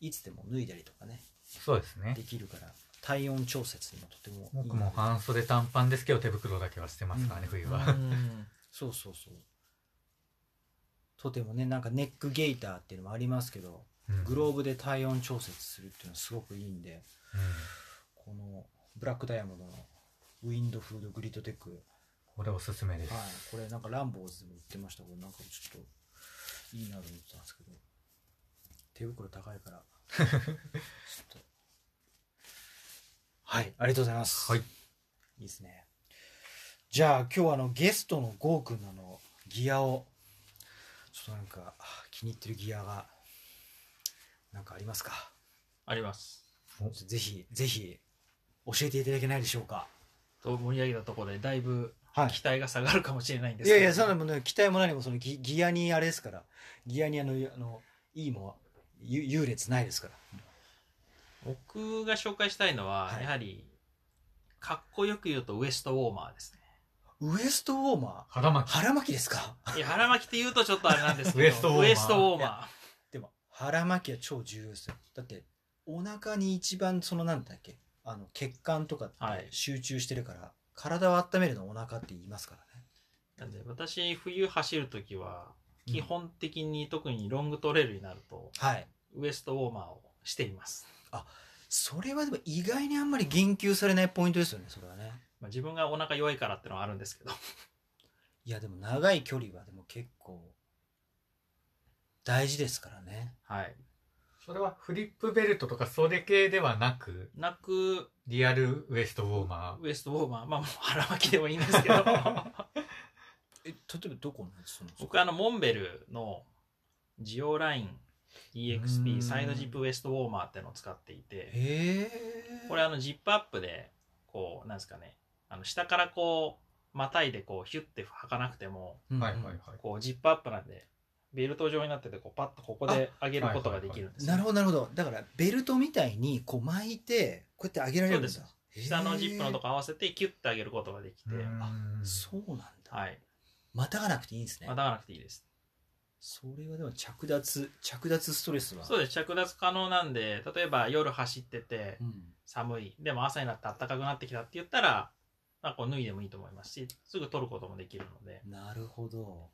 Speaker 3: いつでも脱いだりとかね
Speaker 5: そうですね
Speaker 3: で。きるから体温調節にもとてもいい
Speaker 5: 僕も半袖短パンですけど、手袋だけはしてますからね、
Speaker 3: うん
Speaker 5: 冬
Speaker 4: う
Speaker 5: は。
Speaker 4: ん
Speaker 3: そうそうそうとてもねなんかネックゲーターっていうのもありますけど、
Speaker 5: うん
Speaker 3: グローブで体温調節するっていうのはすごくいいんで
Speaker 5: う
Speaker 3: こ
Speaker 5: ん
Speaker 3: のブラックダイヤモンドのウィンドフードグリッドテック、
Speaker 5: これおすすめです
Speaker 3: はい。、これなんかランボーズでも売ってましたこれなんかちょっといいなと思ってたんですけど手袋高いから ちょっとはいありがとうございます
Speaker 5: はい
Speaker 3: いいですねじゃあ今日はあのゲストのゴーくんのあのギアをちょっとなんか気に入ってるギアがなんかありますか
Speaker 4: あります
Speaker 3: ぜひぜひ教えていただけないでしょうか
Speaker 4: と盛り上げたところでだいぶ
Speaker 3: はい
Speaker 4: 期待が下がるかもしれないんです
Speaker 3: いやいや、そんなもんね、期待も何も、そのギギアにあれですから、ギアにあの、あのいいもんはゆ優劣ないですから。
Speaker 4: 僕が紹介したいのは、
Speaker 3: はい
Speaker 4: やはりかっこよく言うとウエストウォーマーですね
Speaker 3: ウエストウォーマ
Speaker 5: 腹
Speaker 3: ー、
Speaker 5: 巻き。
Speaker 3: 腹巻きですか
Speaker 4: いや腹巻きって言うとちょっとあれなんですけど
Speaker 5: ウエストウォーマー
Speaker 4: ウエストウォーマ
Speaker 3: でも、腹巻きは超重要ですよ。だって、お腹に一番そのなんだっけ、あの血管とかっ
Speaker 4: はい
Speaker 3: て集中してるから、体を温めるのお腹って言いますからね
Speaker 4: なんで私、冬走るときは、基本的に特にロングトレイルになると、
Speaker 3: はい
Speaker 4: ウエストウォーマーをしています。
Speaker 3: それはでも意外にあんまり言及されないポイントですよねそれはね
Speaker 4: まあ、自分がお腹弱いからってのはあるんですけ ど。
Speaker 3: いやでも長い距離はでも結構大事ですからね
Speaker 4: はい。
Speaker 5: それはフリップベルトとかそれ系ではなく、
Speaker 4: なく、
Speaker 5: リアルウエストウォーマ
Speaker 4: ウエストウォーマー、まあもう腹巻きでもいいん です けど、
Speaker 3: え例えばどこのその
Speaker 4: 僕あの、モンベルのジオライン
Speaker 3: うん
Speaker 4: EXP サイドジップウエストウォーマーってのを使っていて、
Speaker 3: へえ
Speaker 4: これあの、ジップアップで、こう、なんですかね、あの、下からこう、またいでこう、ヒュッて履かなくても、
Speaker 5: ー。
Speaker 3: は
Speaker 5: はいはいはい。
Speaker 4: こう、ジップアップなんで、ベルト状になってて、こう、パッとここで上げることができるんですよ
Speaker 3: なるほどなるほどだからベルトみたいにこう巻いてこうやって上げられるんだ
Speaker 4: そう下のジップのと
Speaker 3: こ
Speaker 4: こ合わせてキュッて上げることができて、
Speaker 5: あ
Speaker 3: そうなんだ、
Speaker 4: はい。
Speaker 3: またがなくていいんですね、
Speaker 4: またがなくていいです。
Speaker 3: それはでも着脱着脱ストレスは
Speaker 4: そうです。着脱可能なんで、例えば夜走ってて
Speaker 3: うん
Speaker 4: 寒い。でも朝になって暖かくなってきたって言ったら、まあ、こう脱いでもいいと思いますし、すぐ取ることもできるので。
Speaker 3: なるほど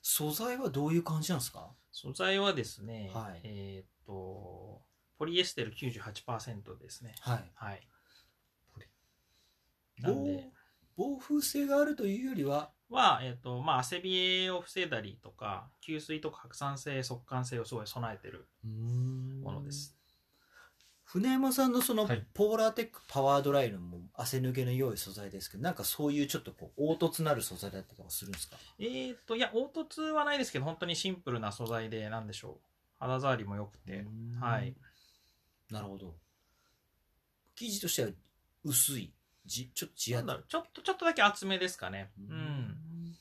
Speaker 3: 素材はどういう感じなんですか
Speaker 4: 素材はですね、
Speaker 3: はい
Speaker 4: えーっと、ポリエステル98%ですね。
Speaker 3: はい
Speaker 4: はい。なん
Speaker 3: 防
Speaker 4: で、
Speaker 3: 防風性があるというよりは
Speaker 4: は、えーっと、まあ、汗びえを防いだりとか、吸水とか拡散性、速乾性をすごい備えてる
Speaker 3: も
Speaker 4: ものです。
Speaker 3: 船山さんのその
Speaker 5: はい
Speaker 3: ポーラーテックパワードライルも汗抜けの良い素材ですけどなんかそういうちょっとこう凹凸なる素材だったりとかするんですか
Speaker 4: えーっと、いや、凹凸はないですけど、本当にシンプルな素材で、なんでしょう。肌触りも良くて。はい。
Speaker 3: なるほど生地としては薄いじちょっと地当
Speaker 4: なん
Speaker 3: た
Speaker 4: だ
Speaker 3: り
Speaker 4: ろうちょっと、ちょっとだけ厚めですかね。う。
Speaker 3: うん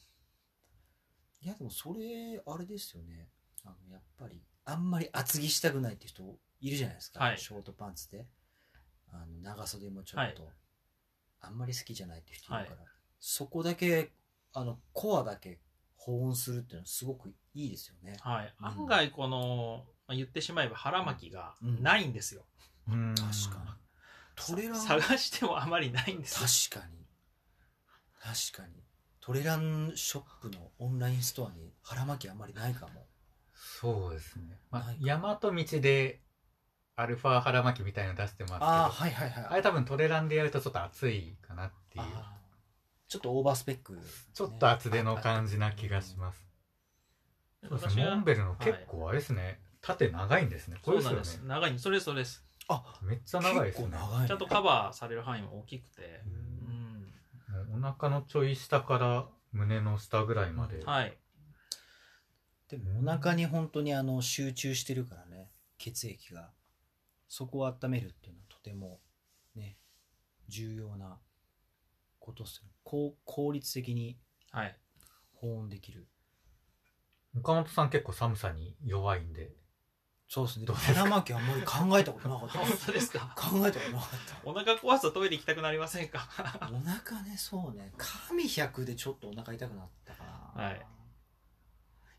Speaker 3: いやでもそれあれですよねあのやっぱりあんまり厚着したくないって人いるじゃないですか、
Speaker 4: はい
Speaker 3: ショートパンツであの長袖もちょっと、あんまり好きじゃないって人いるから、そこだけあのコアだけ保温するっていうのはすごくいいですよね
Speaker 4: はい。
Speaker 3: うん
Speaker 4: 案外、この、まあ言ってしまえば腹巻きが
Speaker 3: うん
Speaker 4: ないんですよ。
Speaker 5: うん
Speaker 3: 確かにトレラン
Speaker 4: さ探してもあまりないんですよ。
Speaker 3: 確かに確かにトレランショップのオンラインストアに腹巻きあんまりないかも
Speaker 5: そうですね。ま
Speaker 3: な
Speaker 5: あ
Speaker 3: い、
Speaker 5: 大和道で、アルファ腹巻きみたいの出してますけど、
Speaker 3: ああ
Speaker 5: あ
Speaker 3: はいはいはい
Speaker 5: れ多分トレランでやるとちょっと熱いかなっていう、
Speaker 3: あーちょっとオーバースペック、
Speaker 5: ちょっと厚手の感じな気がします。そうです
Speaker 4: 私
Speaker 5: ね。
Speaker 4: は
Speaker 5: モンベルの結構あれですね、縦長いんですね。
Speaker 4: そ
Speaker 5: これ
Speaker 4: う
Speaker 5: で
Speaker 4: なんですす
Speaker 5: よ。ね。
Speaker 4: 長いんですそれですそれです。
Speaker 3: あ
Speaker 5: めっちゃ長いですね
Speaker 3: 結。構長いね
Speaker 4: ちゃんとカバーされる範囲も大きくて。
Speaker 5: う
Speaker 4: うんん。
Speaker 5: もうお腹のちょい下から胸の下ぐらいまで。
Speaker 4: はい。
Speaker 3: でもお腹に本当にあの集中してるからね血液がそこを温めるっていうのはとてもね重要なことっする効効率的に
Speaker 4: はい。
Speaker 3: 保温できる
Speaker 5: 岡本さん結構寒さに弱いんで。
Speaker 3: そうですね
Speaker 5: どうですか
Speaker 3: 腹巻きあんまり考えたことなか った
Speaker 4: 本当ですか
Speaker 3: 考えたことなかった
Speaker 4: お腹壊すとトイレ行きたくなりませんか
Speaker 3: お腹ねそうね神100でちょっとお腹痛くなったかな、
Speaker 4: はい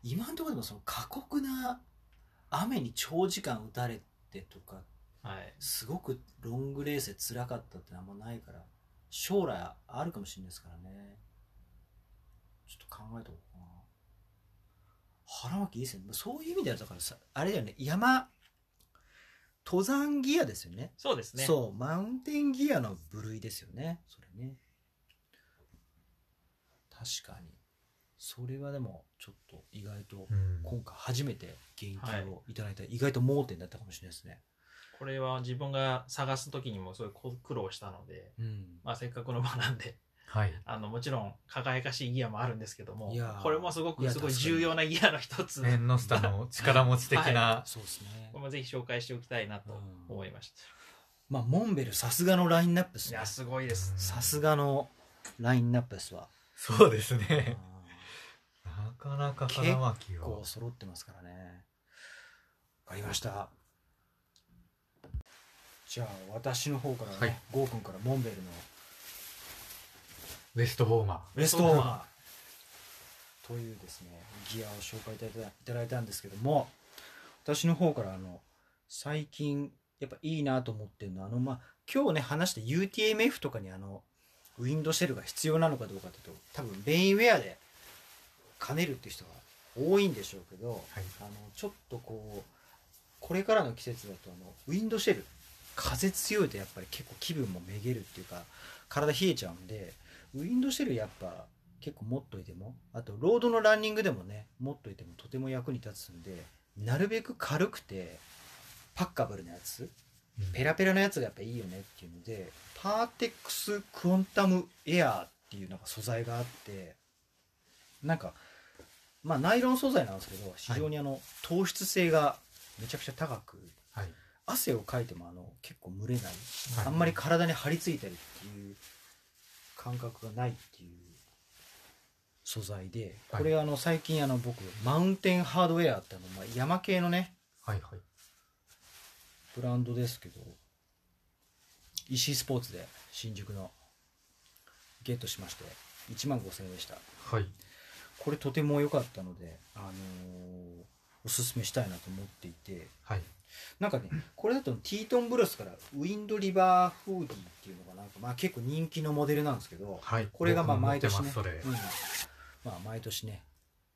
Speaker 3: 今のところでもその過酷な雨に長時間打たれてとか
Speaker 4: はい。
Speaker 3: すごくロングレースで辛かったってあんまないから将来あるかもしれないですからねちょっと考えとこうかな腹巻きいいですねそういう意味ではだからさあれだよね山登山ギアですよね
Speaker 4: そうですね。
Speaker 3: そうマウンテンギアの部類ですよねそれね確かにそれはでもちょっと意外と
Speaker 5: うん
Speaker 3: 今回初めて言
Speaker 4: はい
Speaker 3: 及をいただいた、意外と盲点だったかもしれないですね
Speaker 4: これは自分が探す時にもすごい苦労したので、
Speaker 3: うん
Speaker 4: まあ、せっかくの場なんで
Speaker 5: はい。
Speaker 4: あのもちろん輝かしいギアもあるんですけども
Speaker 3: いやー
Speaker 4: これもすご
Speaker 3: い
Speaker 4: く
Speaker 3: や
Speaker 4: すごい
Speaker 3: 確かに
Speaker 4: 重要なギアの一つ
Speaker 5: 縁の下の力持ち的な。
Speaker 3: そうですね
Speaker 4: これもぜひ紹介しておきたいなと
Speaker 3: うん
Speaker 4: 思いまし
Speaker 3: まあモンベルさすがのラインナップです
Speaker 4: た、
Speaker 3: ね
Speaker 4: いやすごいです、
Speaker 3: さすがのラインナップです わ
Speaker 5: そうです
Speaker 3: うん
Speaker 5: ね。なかなか腹巻き
Speaker 3: 結
Speaker 5: を
Speaker 3: 構。揃ってますからねわかりましたじゃあ私の方からね、
Speaker 5: はい
Speaker 3: ゴー君からモンベルの
Speaker 5: ウエストフォーマ
Speaker 3: ウエ
Speaker 4: ス
Speaker 3: ス
Speaker 4: ト
Speaker 3: ト
Speaker 4: ウォ
Speaker 3: オ
Speaker 4: ー
Speaker 3: ー
Speaker 4: マー
Speaker 3: マーというですねギアを紹介いただいたいただいたんですけども私の方からあの最近やっぱいいなと思ってるのはあのまあ今日ね話した UTMF とかにあのウィンドシェルが必要なのかどうかっていうと多分レインウェアで兼ねるっていう人が多いんでしょうけど、
Speaker 5: はい
Speaker 3: あのちょっとこうこれからの季節だとあのウィンドシェル風強いとやっぱり結構気分もめげるっていうか体冷えちゃうんでウィンドシェルやっぱ結構持っといてもあとロードのランニングでもね持っといてもとても役に立つんでなるべく軽くてパッカブルなやつペラペラなやつがやっぱいいよねっていうのでパーテックスクオンタムエアーっていうのが素材があってなんかまあナイロン素材なんですけど非常にあの、糖質性がめちゃくちゃ高く
Speaker 5: はい
Speaker 3: 汗をかいてもあの結構蒸れない、
Speaker 5: はい
Speaker 3: あんまり体に張り付いたりっていう感覚がないっていう素材で
Speaker 5: は
Speaker 3: こ
Speaker 5: い
Speaker 3: れあの最近あの僕マウンテンハードウェアってあの、まあ、山系のね
Speaker 5: はいはい
Speaker 3: ブランドですけど石井スポーツで新宿のゲットしまして1万5000円でした
Speaker 5: はい
Speaker 3: これとても良かったので、あのーおすすめしたいなと思っていて
Speaker 5: はい
Speaker 3: なんかねこれだとティートンブルースからウィンドリバーフーディーっていうのがなんか、まあ、結構人気のモデルなんですけど
Speaker 5: はい
Speaker 3: これがまあ
Speaker 5: 僕も持っ
Speaker 3: 毎
Speaker 5: て
Speaker 3: 年
Speaker 5: ま
Speaker 3: ね
Speaker 5: すそれ
Speaker 3: うんまあ毎年ね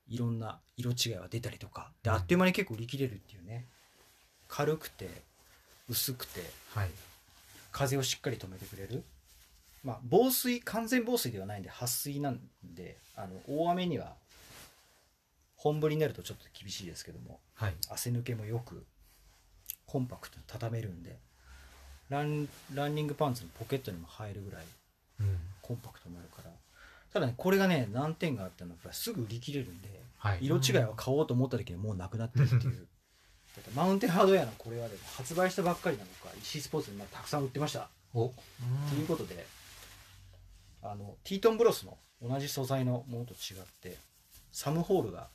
Speaker 3: いろんな色違いは出たりとかであっという間に結構売り切れるっていうね軽くて薄くて
Speaker 5: はい
Speaker 3: 風をしっかり止めてくれる、まあ、防水完全防水ではないんで撥水なんであの大雨には本降りになるとちょっと厳しいですけども
Speaker 5: はい
Speaker 3: 汗抜けもよくコンパクトに畳めるんでランランニングパンツのポケットにも入るぐらい
Speaker 5: うん
Speaker 3: コンパクトになるからただねこれがね難点があったのはやっぱりすぐ売り切れるんで
Speaker 5: はい
Speaker 3: 色違いは買おうと思った時にもうなくなってるっていうだってマウンテンハードウェアのこれはでも発売したばっかりなのか EC スポーツにまあたくさん売ってました
Speaker 5: お
Speaker 3: ということであのティートンブロスの同じ素材のものと違ってサムホールが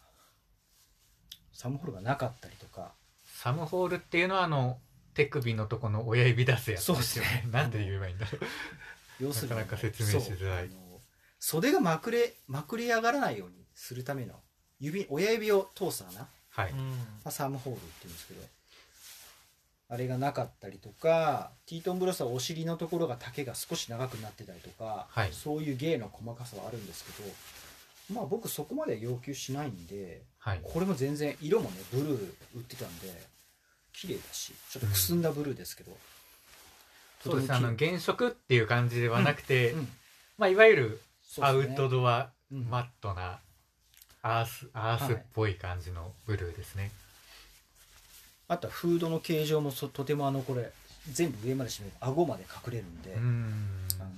Speaker 3: サムホールがなかったりとか
Speaker 5: サムホールっていうのはあの手首のとこの親指出すやつ
Speaker 3: そうですね
Speaker 5: なんて言えばいいんだろう
Speaker 3: 要するに
Speaker 5: なかなか説明しづらい
Speaker 3: そうあの袖がまくれまくれ上がらないようにするための指親指を通す穴
Speaker 5: はい
Speaker 3: まあ、サムホールって言うんですけどあれがなかったりとかティートンブロスはお尻のところが丈が少し長くなってたりとか、
Speaker 5: はい
Speaker 3: そういう芸の細かさはあるんですけどまあ僕そこまで要求しないんで
Speaker 5: はい
Speaker 3: これも全然色もねブルー売ってたんで綺麗だしちょっとくすんだブルーですけど、
Speaker 5: そうですねあ
Speaker 3: とて
Speaker 5: の
Speaker 3: も綺麗
Speaker 5: 原色っていう感じではなくて、
Speaker 3: うん
Speaker 5: まあいわゆる
Speaker 3: そ
Speaker 5: ア
Speaker 3: う
Speaker 5: ウ
Speaker 3: ですね
Speaker 5: トドア
Speaker 3: うん
Speaker 5: マットなアースアースっぽい感じのブルーですね、
Speaker 3: あとはフードの形状もそとてもあのこれ全部上まで締める顎まで隠れるんで、
Speaker 5: うーん
Speaker 3: あの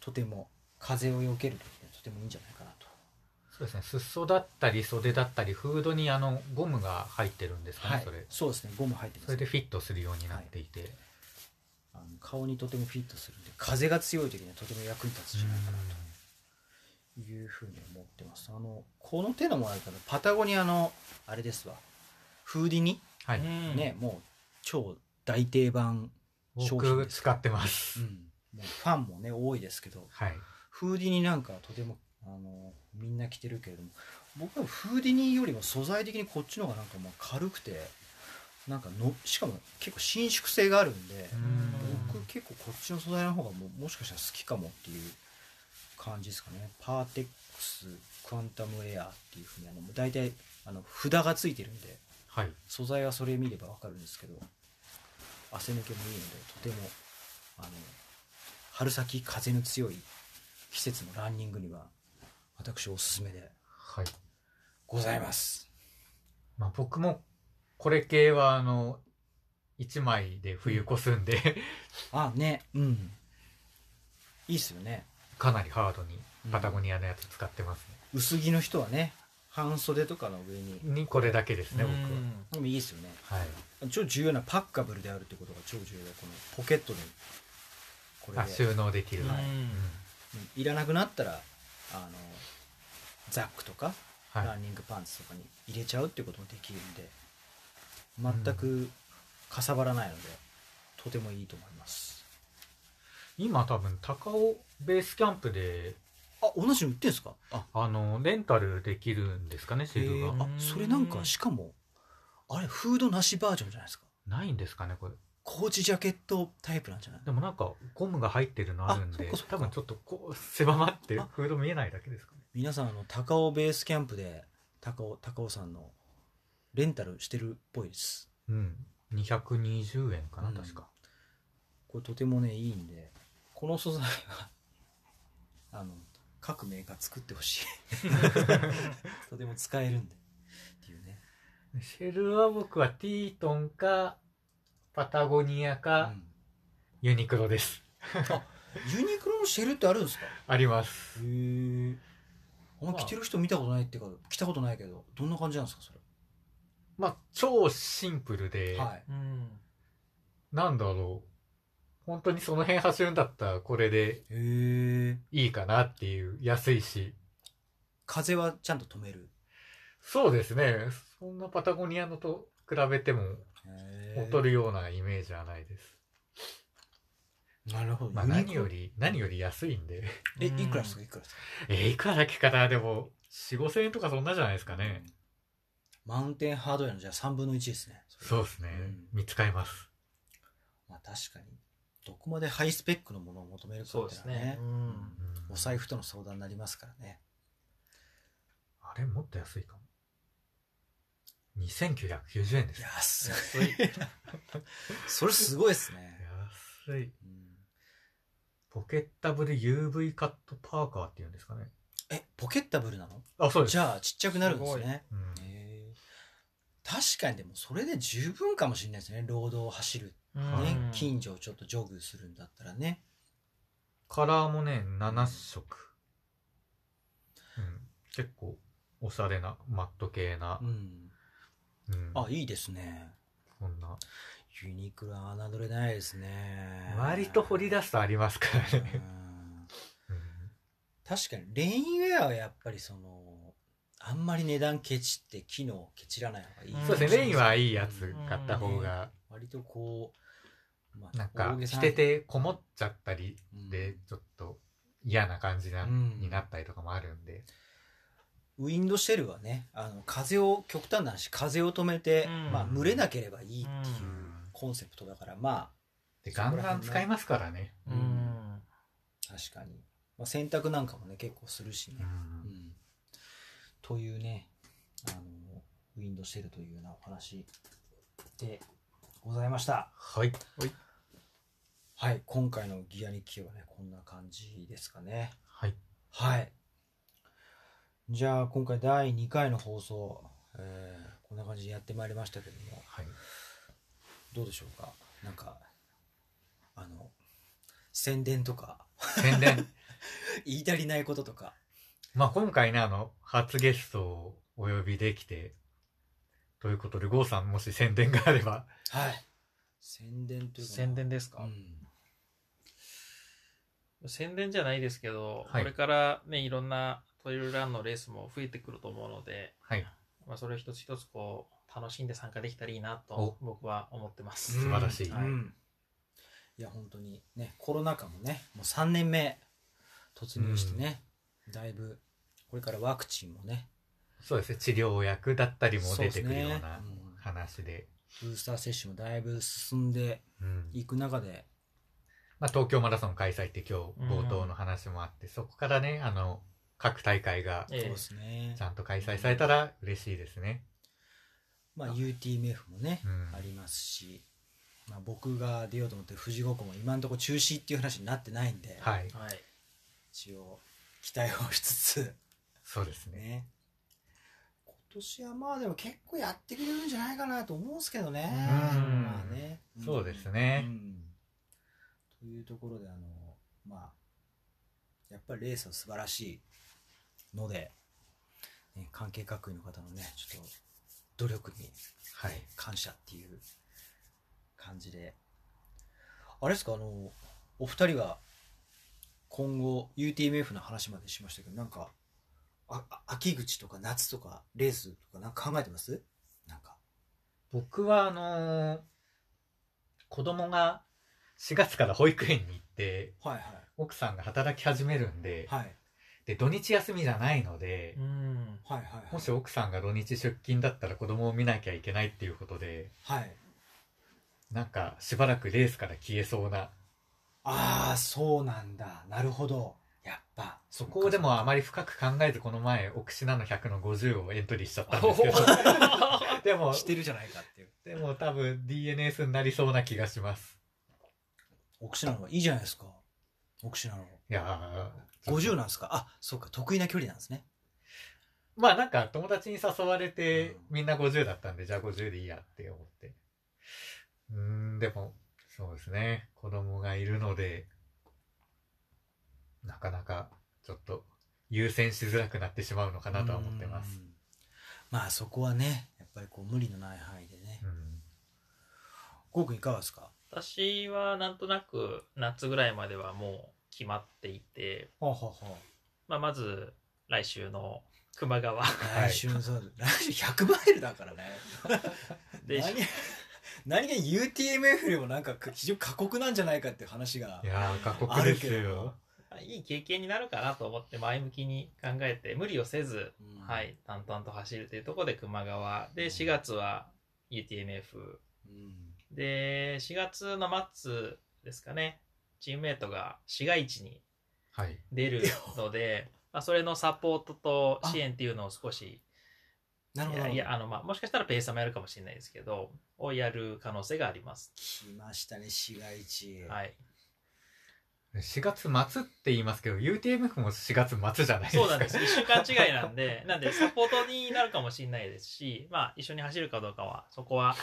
Speaker 3: とても風を避けるときにはとてもいいんじゃないかなと。
Speaker 5: そうですね裾だったり袖だったりフードにあのゴムが入ってるんですかね、
Speaker 3: はい
Speaker 5: それ、
Speaker 3: そうですね、ゴム入ってま
Speaker 5: そ
Speaker 3: す、
Speaker 5: れでフィットするようになっていて、
Speaker 3: あの顔にとてもフィットするんで、風が強いときにはとても役に立つんじゃないかなというふうに思ってます。あのこの手のもらい方、パタゴニアのあれですわ、フーディニ、
Speaker 5: はい、
Speaker 3: ね、もう超大定番商品
Speaker 5: 僕
Speaker 3: です
Speaker 5: 使ってます
Speaker 3: うん、もうファンもね、多いですけど、
Speaker 5: はい
Speaker 3: フーディニなんかはとてもあのみんな着てるけれども僕はフーディニよりも素材的にこっちの方がなんかまあ軽くてなんかのしかも結構伸縮性があるんで
Speaker 5: うん
Speaker 3: 僕結構こっちの素材の方がもうもしかしたら好きかもっていう感じですかねパーテックスクアンタムエアっていうふうにあのもう大体あの札がついてるんで
Speaker 5: はい
Speaker 3: 素材はそれ見ればわかるんですけど汗抜けもいいのでとてもあの春先風の強い季節のランニングには私おすすめで
Speaker 5: はい
Speaker 3: ございます
Speaker 5: まあ、僕もこれ系はあの1枚で冬越すんで
Speaker 3: あねうんいいっすよね
Speaker 5: かなりハードに
Speaker 3: うん
Speaker 5: パタゴニアのやつ使ってます
Speaker 3: 薄着の人はね半袖とかの上に
Speaker 5: ね、にこれだけですね僕
Speaker 3: でもいいっすよね
Speaker 5: ははい
Speaker 3: 超重要なパッカブルであるってことが超重要でこのポケットにこれ
Speaker 5: あ
Speaker 3: で
Speaker 5: 収納できる、
Speaker 3: はい
Speaker 5: うん
Speaker 3: うんいらなくなったらあのザックとか
Speaker 5: はい
Speaker 3: ランニングパンツとかに入れちゃうってこともできるんで全くかさばらないので、とてもいいと思います
Speaker 5: 今多分高尾ベースキャンプで
Speaker 3: あ同じの売ってんすかあ
Speaker 5: あのレンタルできるんですかねシール
Speaker 3: へ
Speaker 5: が
Speaker 3: ーあそれなんかしかもあれフードなしバージョンじゃないですか
Speaker 5: ないんですかねこれ
Speaker 3: コーチジャケットタイプなんじゃない
Speaker 5: でもなんかゴムが入ってるのあるん
Speaker 3: あそっ
Speaker 5: で
Speaker 3: かそっか
Speaker 5: 多分ちょっとこう狭まって
Speaker 3: あ
Speaker 5: フード見えないだけですかね
Speaker 3: 皆さんあの高尾ベースキャンプで高尾高尾さんのレンタルしてるっぽいです
Speaker 5: うん220円かな、
Speaker 3: うん
Speaker 5: 確か
Speaker 3: これとてもねいいんでこの素材は あの各メーカー作ってほ しいとても使えるんでっていうね
Speaker 5: シェルは僕はティートンかパタゴニア
Speaker 3: う
Speaker 5: か、
Speaker 3: ん
Speaker 5: ユニクロです
Speaker 3: ユニクロのシェルってあるんですか
Speaker 5: あります
Speaker 3: へえあんま
Speaker 5: まあ
Speaker 3: 着てる人見たことないっていうか着たことないけどどんな感じなんですかそれ
Speaker 5: まあ超シンプルで、
Speaker 3: はい
Speaker 4: うん。
Speaker 5: なんだろう本当にその辺走るんだったらこれで
Speaker 3: へえ
Speaker 5: いいかなっていう安いし
Speaker 3: 風はちゃんと止める
Speaker 5: そうですねそんなパタゴニアのと比べても劣るようなイメージはないです、
Speaker 3: なるほど、
Speaker 5: まあ、
Speaker 3: ユニ
Speaker 5: 何
Speaker 3: クロ
Speaker 5: より何より安いんで
Speaker 3: えいくらですかいくらですか
Speaker 5: えーいくらだっけかなでも4 5千円とかそんなじゃないですかね、
Speaker 3: マウンテンハードウェアのじゃあ3分の1ですね
Speaker 5: そうですね、見つかります
Speaker 3: まあ確かにどこまでハイスペックのものを求めるか
Speaker 4: そう
Speaker 3: っ
Speaker 4: で
Speaker 3: て
Speaker 4: す
Speaker 3: のはね
Speaker 4: ね。うん。
Speaker 5: うん
Speaker 3: お財布との相談になりますからね
Speaker 5: あれもっと安いかも2990円です
Speaker 3: 安い
Speaker 4: 安い。
Speaker 3: それすごいですね、
Speaker 5: 安い
Speaker 3: うん
Speaker 5: ポケッタブで UV カットパーカーっていうんですかね
Speaker 3: えポケッタブルなの
Speaker 5: あそうです
Speaker 3: じゃあちっちゃくなるんです
Speaker 4: す
Speaker 3: ね
Speaker 5: うん
Speaker 3: へえ確かにでもそれで十分かもしれないですね労働を走る、ね
Speaker 4: うん
Speaker 3: 近所をちょっとジョグするんだったらね
Speaker 5: カラーもね7色、うん、結構おしゃれなマット系な
Speaker 3: う、ん
Speaker 5: うん
Speaker 3: あいいですね
Speaker 5: こんな
Speaker 3: ユニクロは侮れないですね
Speaker 5: 割と掘り出すとありますから
Speaker 3: う
Speaker 5: ね、
Speaker 3: ん
Speaker 5: うん
Speaker 3: 確かにレインウェアはやっぱりそのあんまり値段ケチって機能をケチらない方がいい、
Speaker 4: うん
Speaker 5: そうですねレインはいいやつ買った方が
Speaker 3: 割とこう、ま
Speaker 5: なんか
Speaker 3: 大げさ
Speaker 5: 着
Speaker 3: な
Speaker 5: ててこもっちゃったり
Speaker 3: うん
Speaker 5: でちょっと嫌な感じな、
Speaker 3: うん
Speaker 5: になったりとかもあるんで
Speaker 3: ウィンドシェルはねあの風を極端な話風を止めて、
Speaker 4: うん
Speaker 3: まあ、蒸れなければいいっていう
Speaker 5: うん
Speaker 3: コンセプトだから、ま
Speaker 5: でガンガン使いますからね、
Speaker 3: う
Speaker 4: うんん。
Speaker 3: あ確かに、まあ、洗濯なんかもね結構するしね、
Speaker 5: うん
Speaker 3: うんというねあのウィンドシェルというようなお話でございました。
Speaker 5: はい
Speaker 3: はい、今回のギア日記はね、こんな感じですかね。
Speaker 5: はい
Speaker 3: はい。じゃあ、今回第2回の放送、えーこんな感じでやってまいりましたけども、
Speaker 5: はい
Speaker 3: どうでしょうかなんか、あの、宣伝とか、
Speaker 5: 宣伝
Speaker 3: 言い足りないこととか、
Speaker 5: まあ今回ねあの初ゲストをお呼びできてということで郷さんもし宣伝があれば
Speaker 3: はい。宣伝というか、
Speaker 4: 宣伝です
Speaker 3: う
Speaker 4: か、
Speaker 3: ん。
Speaker 4: 宣伝じゃないですけど、
Speaker 5: はい
Speaker 4: これからね、いろんなトレイルランのレースも増えてくると思うので、
Speaker 5: はい
Speaker 4: まあ、それを一つ一つこう、楽しんで参加できたらいいなと僕は思ってます。
Speaker 5: 素晴らしい
Speaker 3: うんうんいや、本当にね、コロナ禍もね、もう3年目突入してね、だいぶ、これからワクチンもね、
Speaker 5: そうですね治療薬だったりも出てくるよう
Speaker 3: そうで
Speaker 5: な
Speaker 3: すねうん
Speaker 5: 話で
Speaker 3: ブースター接種もだいぶ進んで
Speaker 5: うん
Speaker 3: いく中で、
Speaker 5: まあ、東京マラソン開催って今日冒頭の話もあって、そこからねあの各大会が
Speaker 4: ええ
Speaker 3: すね
Speaker 5: ちゃんと開催されたら嬉しいですね、
Speaker 3: まあ、UTMF もね、
Speaker 5: うん
Speaker 3: ありますし、まあ、僕が出ようと思ってる富士五湖も今のところ中止っていう話になってないんで、
Speaker 5: はい
Speaker 4: はい。
Speaker 3: 一応期待をしつつ
Speaker 5: そうですね
Speaker 3: ね今年はまあでも結構やってくれるんじゃないかなと思うんですけどね、
Speaker 5: うん
Speaker 3: まあね、ん
Speaker 5: そうですね
Speaker 3: うんというところであのまあやっぱりレースは素晴らしいので、ね、関係各位の方のねちょっと努力に
Speaker 5: はい
Speaker 3: 感謝っていう感じであれですかあのお二人は今後 UTMF の話までしましたけどなんかああ秋口とか夏とかレースとかなんか考えてますなんか
Speaker 5: 僕はあのー子供が4月から保育園に行って
Speaker 3: はい
Speaker 5: 奥さんが働き始めるんで,、
Speaker 3: はいはい
Speaker 5: で土日休みじゃないので、
Speaker 4: うん。
Speaker 3: はいはい
Speaker 5: もし奥さんが土日出勤だったら子供を見なきゃいけないっていうことで
Speaker 3: はい
Speaker 5: なんかしばらくレースから消えそうな
Speaker 3: ああそうなんだなるほどやっぱ
Speaker 5: そこをでもあまり深く考えずこの前オクシナの100の50をエントリーしちゃったんですけどでも
Speaker 3: してるじゃないかっていう
Speaker 5: でも多分 DNS になりそうな気がします
Speaker 3: オクシナのいいじゃないですかオクシナの
Speaker 5: いやー
Speaker 3: 50なんですかあそうか得意な距離なんですね
Speaker 5: まあなんか友達に誘われてみんな50だったんで、じゃあ50でいいやって思ってうんでもそうですね子供がいるのでなかなかちょっと優先しづらくなってしまうのかなとは思ってます
Speaker 3: うんまあそこはねやっぱりこう無理のない範囲でね
Speaker 5: うん
Speaker 3: ゴーくんいかがですか
Speaker 4: 私はなんとなく夏ぐらいまではもう決まっていて、
Speaker 3: ほうほうほ
Speaker 4: まあ、まず来週の球磨川
Speaker 3: う
Speaker 5: はい
Speaker 3: 来週のそう来週100マイルだからね
Speaker 4: で
Speaker 3: 何 何が UTMF よりもなんか非常に過酷なんじゃないかっていう話が
Speaker 5: いやー過酷で
Speaker 3: あ
Speaker 5: す
Speaker 3: るけ
Speaker 5: よ
Speaker 4: いい経験になるかなと思って前向きに考えて無理をせず、
Speaker 3: うん
Speaker 4: はい、淡々と走るというところで球磨川で
Speaker 3: うん
Speaker 4: 4月は UTMF
Speaker 3: うん
Speaker 4: で4月の末ですかねチームメイトが市街地に
Speaker 5: はい
Speaker 4: 出る ので、まあ、それのサポートと支援っていうのを少し
Speaker 3: なる
Speaker 4: い
Speaker 3: ほど
Speaker 4: やいやあの、まあ、もしかしたらペーサーもやるかもしれないですけどをやる可能性があります、
Speaker 3: 来ましたね市街地
Speaker 4: はい、
Speaker 5: 4月末って言いますけど UTMF も4月末じゃないですか
Speaker 4: そうなんです1週間違いなんで なんでサポートになるかもしれないですし、まあ、一緒に走るかどうかはそこは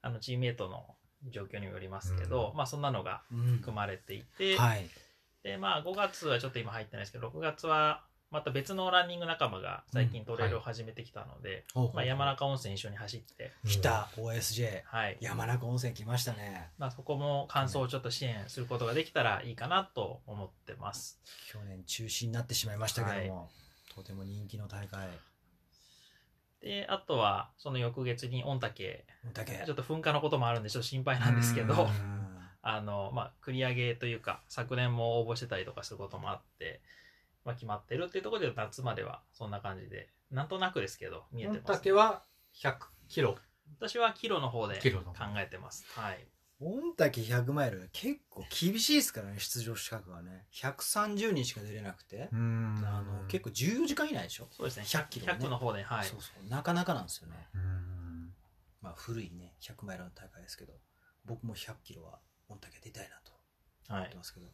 Speaker 4: あのチームメイトの状況にもよりますけど、まあ、そんなのが
Speaker 3: うん
Speaker 4: 組まれていて、
Speaker 3: はい
Speaker 4: でまあ、5月はちょっと今入ってないですけど6月はまた別のランニング仲間が最近トレイルを始めてきたので、
Speaker 3: ほうほう
Speaker 4: まあ、山中温泉一緒に走って、
Speaker 3: 来た OSJ
Speaker 4: はい
Speaker 3: 山中温泉来ましたね
Speaker 4: まあ、そこも感想をちょっと支援することができたらいいかなと思ってます。
Speaker 3: 去年中止になってしまいましたけども、とても人気の大会
Speaker 4: で、あとは、その翌月に御嶽、
Speaker 3: だけ
Speaker 4: ちょっと噴火のこともあるんで、ちょっと心配なんですけ
Speaker 5: う
Speaker 4: ど
Speaker 5: ん、
Speaker 4: あの、まあ、繰り上げというか、昨年も応募してたりとかすることもあって、まあ、決まってるっていうところで、夏まではそんな感じで、なんとなくですけど、見えて
Speaker 5: 御
Speaker 4: ます、
Speaker 5: 嶽は100キロ
Speaker 4: 私はキロの方で
Speaker 5: キ
Speaker 4: 考
Speaker 5: ロの方
Speaker 4: えてます。はい。
Speaker 3: 御嶽100マイル結構厳しいですからね出場資格はね130人しか出れなくて、
Speaker 5: うん
Speaker 3: あの結構14時間以内でしょ、
Speaker 4: そうですね、
Speaker 3: 100
Speaker 4: 100
Speaker 3: キ
Speaker 4: キ
Speaker 3: ロ
Speaker 4: ロ、
Speaker 3: ね
Speaker 4: の方で、はい
Speaker 3: そ。うそうなかなかなんですよね
Speaker 5: うん
Speaker 3: まあ古いね100マイルの大会ですけど僕も100キロは御嶽出たいなと
Speaker 4: は
Speaker 3: 思っ
Speaker 4: い
Speaker 3: て。ますけど、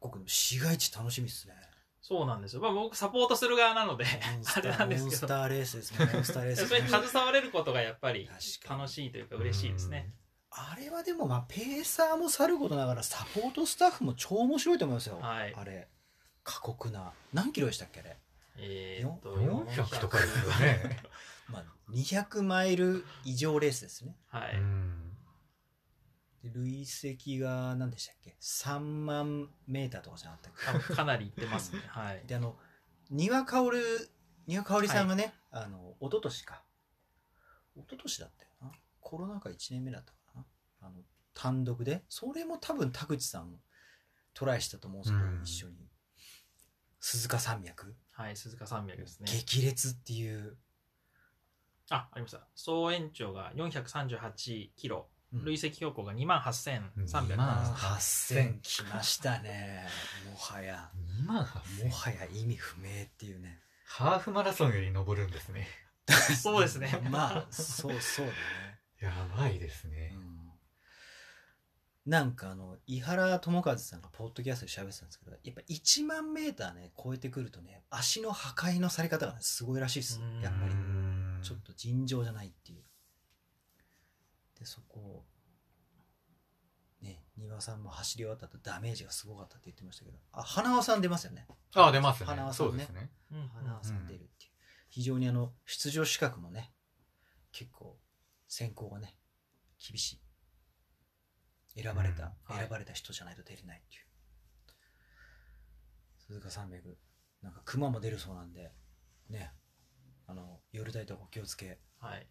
Speaker 3: 僕でも市街地楽しみですね
Speaker 4: そうなんですよ。まあ、僕、サポートする側なので
Speaker 3: モン、スタ
Speaker 4: あれなん
Speaker 3: ー
Speaker 4: で
Speaker 3: モ
Speaker 4: す
Speaker 3: ン
Speaker 4: け
Speaker 3: ス
Speaker 4: ど。
Speaker 3: ターレースですねモンスターレース
Speaker 4: それに携われることがやっぱり
Speaker 3: 確かに
Speaker 4: 楽しいというか嬉しいですね。
Speaker 3: あれはでもまあペーサーもさることながらサポートスタッフも超面白いと思いますよ、
Speaker 4: はい
Speaker 3: あれ過酷な何キロでしたっけあれ、
Speaker 4: えーっと、
Speaker 5: 400とかですよね。
Speaker 3: まあ、200マイル以上レースですね
Speaker 4: は
Speaker 5: う
Speaker 4: い。
Speaker 5: ん
Speaker 3: で累積が何でしたっけ3万メーターとかじゃなかったっ
Speaker 4: 多分かなりいってますね。はい
Speaker 3: け。であの丹羽薫丹羽薫さんがね、あの一昨年か一昨年だったよなコロナ禍1年目だったかなあの単独でそれも多分田口さんトライしたと思うんですけど、
Speaker 5: うん
Speaker 3: 一緒に鈴鹿山脈、
Speaker 4: はい、鈴鹿山脈ですね。
Speaker 3: 激烈っていう、
Speaker 4: あ、ありました。総延長が438キロ、
Speaker 3: うん
Speaker 4: 累積標高が2万8300。
Speaker 5: まあ
Speaker 3: 8000きましたね もはや
Speaker 5: 2万8000
Speaker 3: もはや意味不明っていうね
Speaker 5: ハーフマラソンより登るんですね。
Speaker 4: そうですね。
Speaker 3: まあそうそうだね、
Speaker 5: やばいです
Speaker 3: う
Speaker 5: ね。
Speaker 3: ん、なんかあの井原智和さんがポッドキャストで喋ってたんですけどやっぱ1万メーターね超えてくるとね足の破壊のされ方がねすごいらしいです
Speaker 4: うん
Speaker 3: やっぱり
Speaker 5: うん
Speaker 3: ちょっと尋常じゃないっていうでそこをね丹羽さんも走り終わった後ダメージがすごかったって言ってましたけどあ花輪さん出ますよね
Speaker 5: あ、出ますね
Speaker 3: 花。輪さ
Speaker 5: そうんで
Speaker 3: ね
Speaker 5: すね。
Speaker 4: うんうん
Speaker 3: 花輪さん出るっていう、非常にあの出場資格もね結構選考がね厳しい選ばれた、
Speaker 4: うんはい
Speaker 3: 選ばれた人じゃないと出れないっていう鈴鹿山脈なんか熊も出るそうなんでねあの夜帯とかお気をつけ
Speaker 4: はい。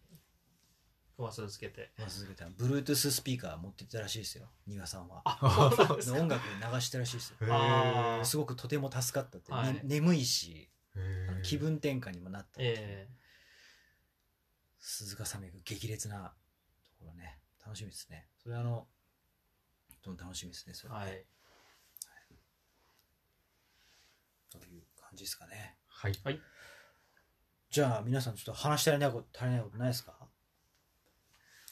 Speaker 4: 熊鈴つけて。
Speaker 3: まあ鈴鹿ちゃん Bluetooth スピーカー持ってったらしいですよ丹羽さんは
Speaker 5: あ そう
Speaker 3: で音楽で流してたらしいですよ
Speaker 5: へー
Speaker 4: あ
Speaker 3: すごくとても助かったって、
Speaker 4: はい
Speaker 3: ね眠いしあ
Speaker 5: へ
Speaker 3: の
Speaker 5: ー
Speaker 3: 気分転換にもなったっていう
Speaker 4: え
Speaker 3: 鈴鹿山脈激烈なところね楽しみですね。それあの、とても楽しみですね、それ。
Speaker 4: はい。
Speaker 3: という感じですかね。
Speaker 5: はい。
Speaker 3: じゃあ、皆さんちょっと話し足りないこと、足りないことないですか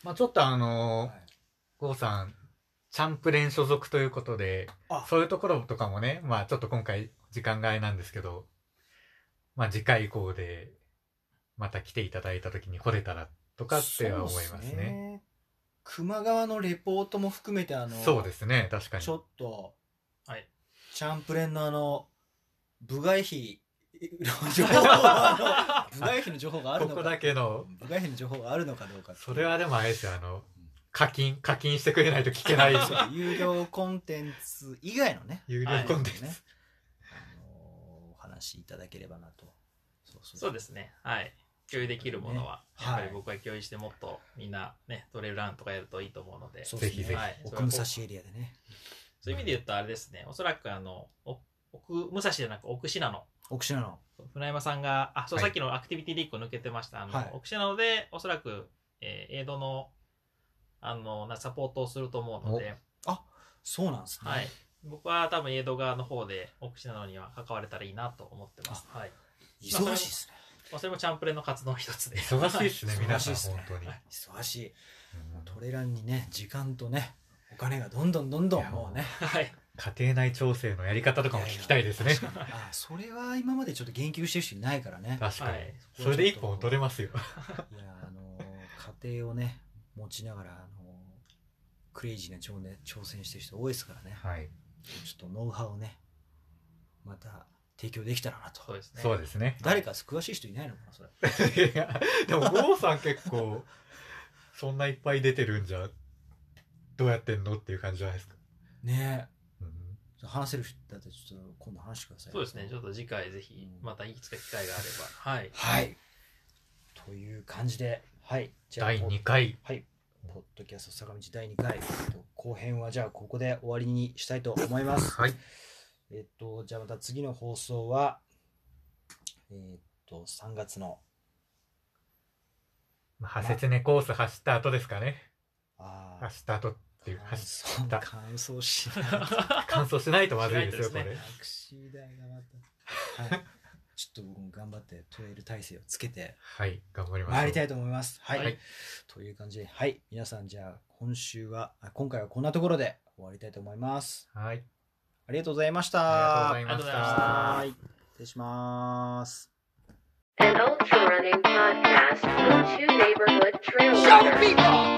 Speaker 5: まあちょっとあの
Speaker 3: は
Speaker 5: ー
Speaker 3: い、。
Speaker 5: 郷さん、チャンプ連所属ということで
Speaker 3: あ、
Speaker 5: そういうところとかもね、まあちょっと今回時間外なんですけど、まあ次回以降で、また来ていただいた時に来れたらとかっては思い
Speaker 3: そう
Speaker 5: ま
Speaker 3: っ
Speaker 5: すね。。
Speaker 3: 球磨川のレポートも含めて、あの、
Speaker 5: そうですね、確かに
Speaker 3: ち。ょっと、
Speaker 4: はい。
Speaker 3: チャンプレンのあの、部外 費の情報があの部外費の情報がある
Speaker 5: こ
Speaker 3: の
Speaker 5: こ
Speaker 3: か。
Speaker 5: だけの、
Speaker 3: 部外費の情報があるのかどうかっていう
Speaker 5: それはでもあれですよ、あの、課金、課金してくれないと聞けない
Speaker 3: そう有料コンテンツ以外のね、
Speaker 5: 有料コンテンツ。
Speaker 3: ねあのお話しいただければなと。そうそ
Speaker 4: そうですね。はい。共有できるものは、
Speaker 3: ね
Speaker 4: やっぱり
Speaker 3: はい
Speaker 4: 僕は共有してもっとみんなね、トレイルランとかやるといいと思うので、
Speaker 3: そう
Speaker 5: ぜ
Speaker 3: です
Speaker 5: ひ
Speaker 3: ね。
Speaker 5: ぜひ
Speaker 4: はい
Speaker 3: 奥武蔵エリアでね。
Speaker 4: そういう意味で言うとあれですね、おそらくあの、お奥武蔵じゃなく奥信濃。
Speaker 3: 奥信濃。
Speaker 4: 船山さんが、あ、そう、
Speaker 5: はい
Speaker 4: さっきのアクティビティで1個抜けてました。あの、
Speaker 3: はい
Speaker 4: 奥信濃で、おそらく、えー、エイドの、あの、なサポートをすると思うので、
Speaker 3: そうなんですね。
Speaker 4: はい。僕は多分エイド側の方で、奥信濃には関われたらいいなと思ってます。はい。
Speaker 3: 忙しいですね。
Speaker 4: まあ、それもチャンプレの活動の一つで。
Speaker 5: 忙しいですね、
Speaker 3: はい
Speaker 5: 皆さん、
Speaker 3: 忙しいっすね
Speaker 5: 本当に。
Speaker 4: はい
Speaker 3: 忙しい。
Speaker 5: うん
Speaker 3: トレランにね、時間とね、お金がどんどんどんどんもうね。
Speaker 4: はい。
Speaker 5: 家庭内調整のやり方とかも聞きたいですね。
Speaker 3: あそれは今までちょっと言及してる人いないからね。
Speaker 5: 確かに、
Speaker 4: はい
Speaker 5: それで一本取れますよ。
Speaker 3: いやあのー家庭をね持ちながら、あのークレイジーな挑,、ね、挑戦してる人多いですからね
Speaker 5: はい。
Speaker 3: ちょっとノウハウをねまた提供できたらなと、
Speaker 4: そうですね。
Speaker 5: そうですね。
Speaker 3: 誰か詳しい人いないのかなそれ
Speaker 5: いやでも、郷さん結構、そんないっぱい出てるんじゃ、どうやってんのっていう感じじゃないですか。
Speaker 3: ね
Speaker 5: うん
Speaker 3: え話せる人だってちょっと今度話してください
Speaker 4: そうですね。ちょっと次回ぜひ、またいくつか機会があれば。はい。
Speaker 3: はいという感じではいじ
Speaker 5: 第2回。
Speaker 3: はいポッドキャスト坂道第2回えっと後編はじゃあここで終わりにしたいと思います
Speaker 5: はい。
Speaker 3: えっと、じゃあまた次の放送は、えっと、3月の、
Speaker 5: まあ破雪ねコース走った後ですかね。
Speaker 3: あー
Speaker 5: 走った後っていう、
Speaker 3: 乾
Speaker 5: 走
Speaker 3: 燥
Speaker 5: った
Speaker 3: 乾燥しない。
Speaker 5: 乾燥しないとまずいですよ、
Speaker 4: し
Speaker 5: こ
Speaker 4: ないと
Speaker 5: れ
Speaker 4: で。
Speaker 3: タクシー代がまた。 はい。ちょっと僕も頑張ってトレイル体制をつけて
Speaker 5: はい、頑張ります。
Speaker 3: 参りたいと思います。はい。
Speaker 4: はい
Speaker 3: という感じで、はい。皆さんじゃあ今週は、あ今回はこんなところで終わりたいと思います。
Speaker 5: はい。
Speaker 3: ありがとうございました。
Speaker 5: あり
Speaker 4: ありが
Speaker 5: がと
Speaker 4: とう
Speaker 5: うご
Speaker 4: ご
Speaker 5: ざ
Speaker 4: ざ
Speaker 5: い
Speaker 4: い
Speaker 5: ま
Speaker 4: ま
Speaker 5: し。
Speaker 4: し
Speaker 3: はーい。失礼します。
Speaker 4: た
Speaker 1: An ultra running podcast, go to neighborhood trail.
Speaker 2: Show
Speaker 1: Runner.
Speaker 2: people!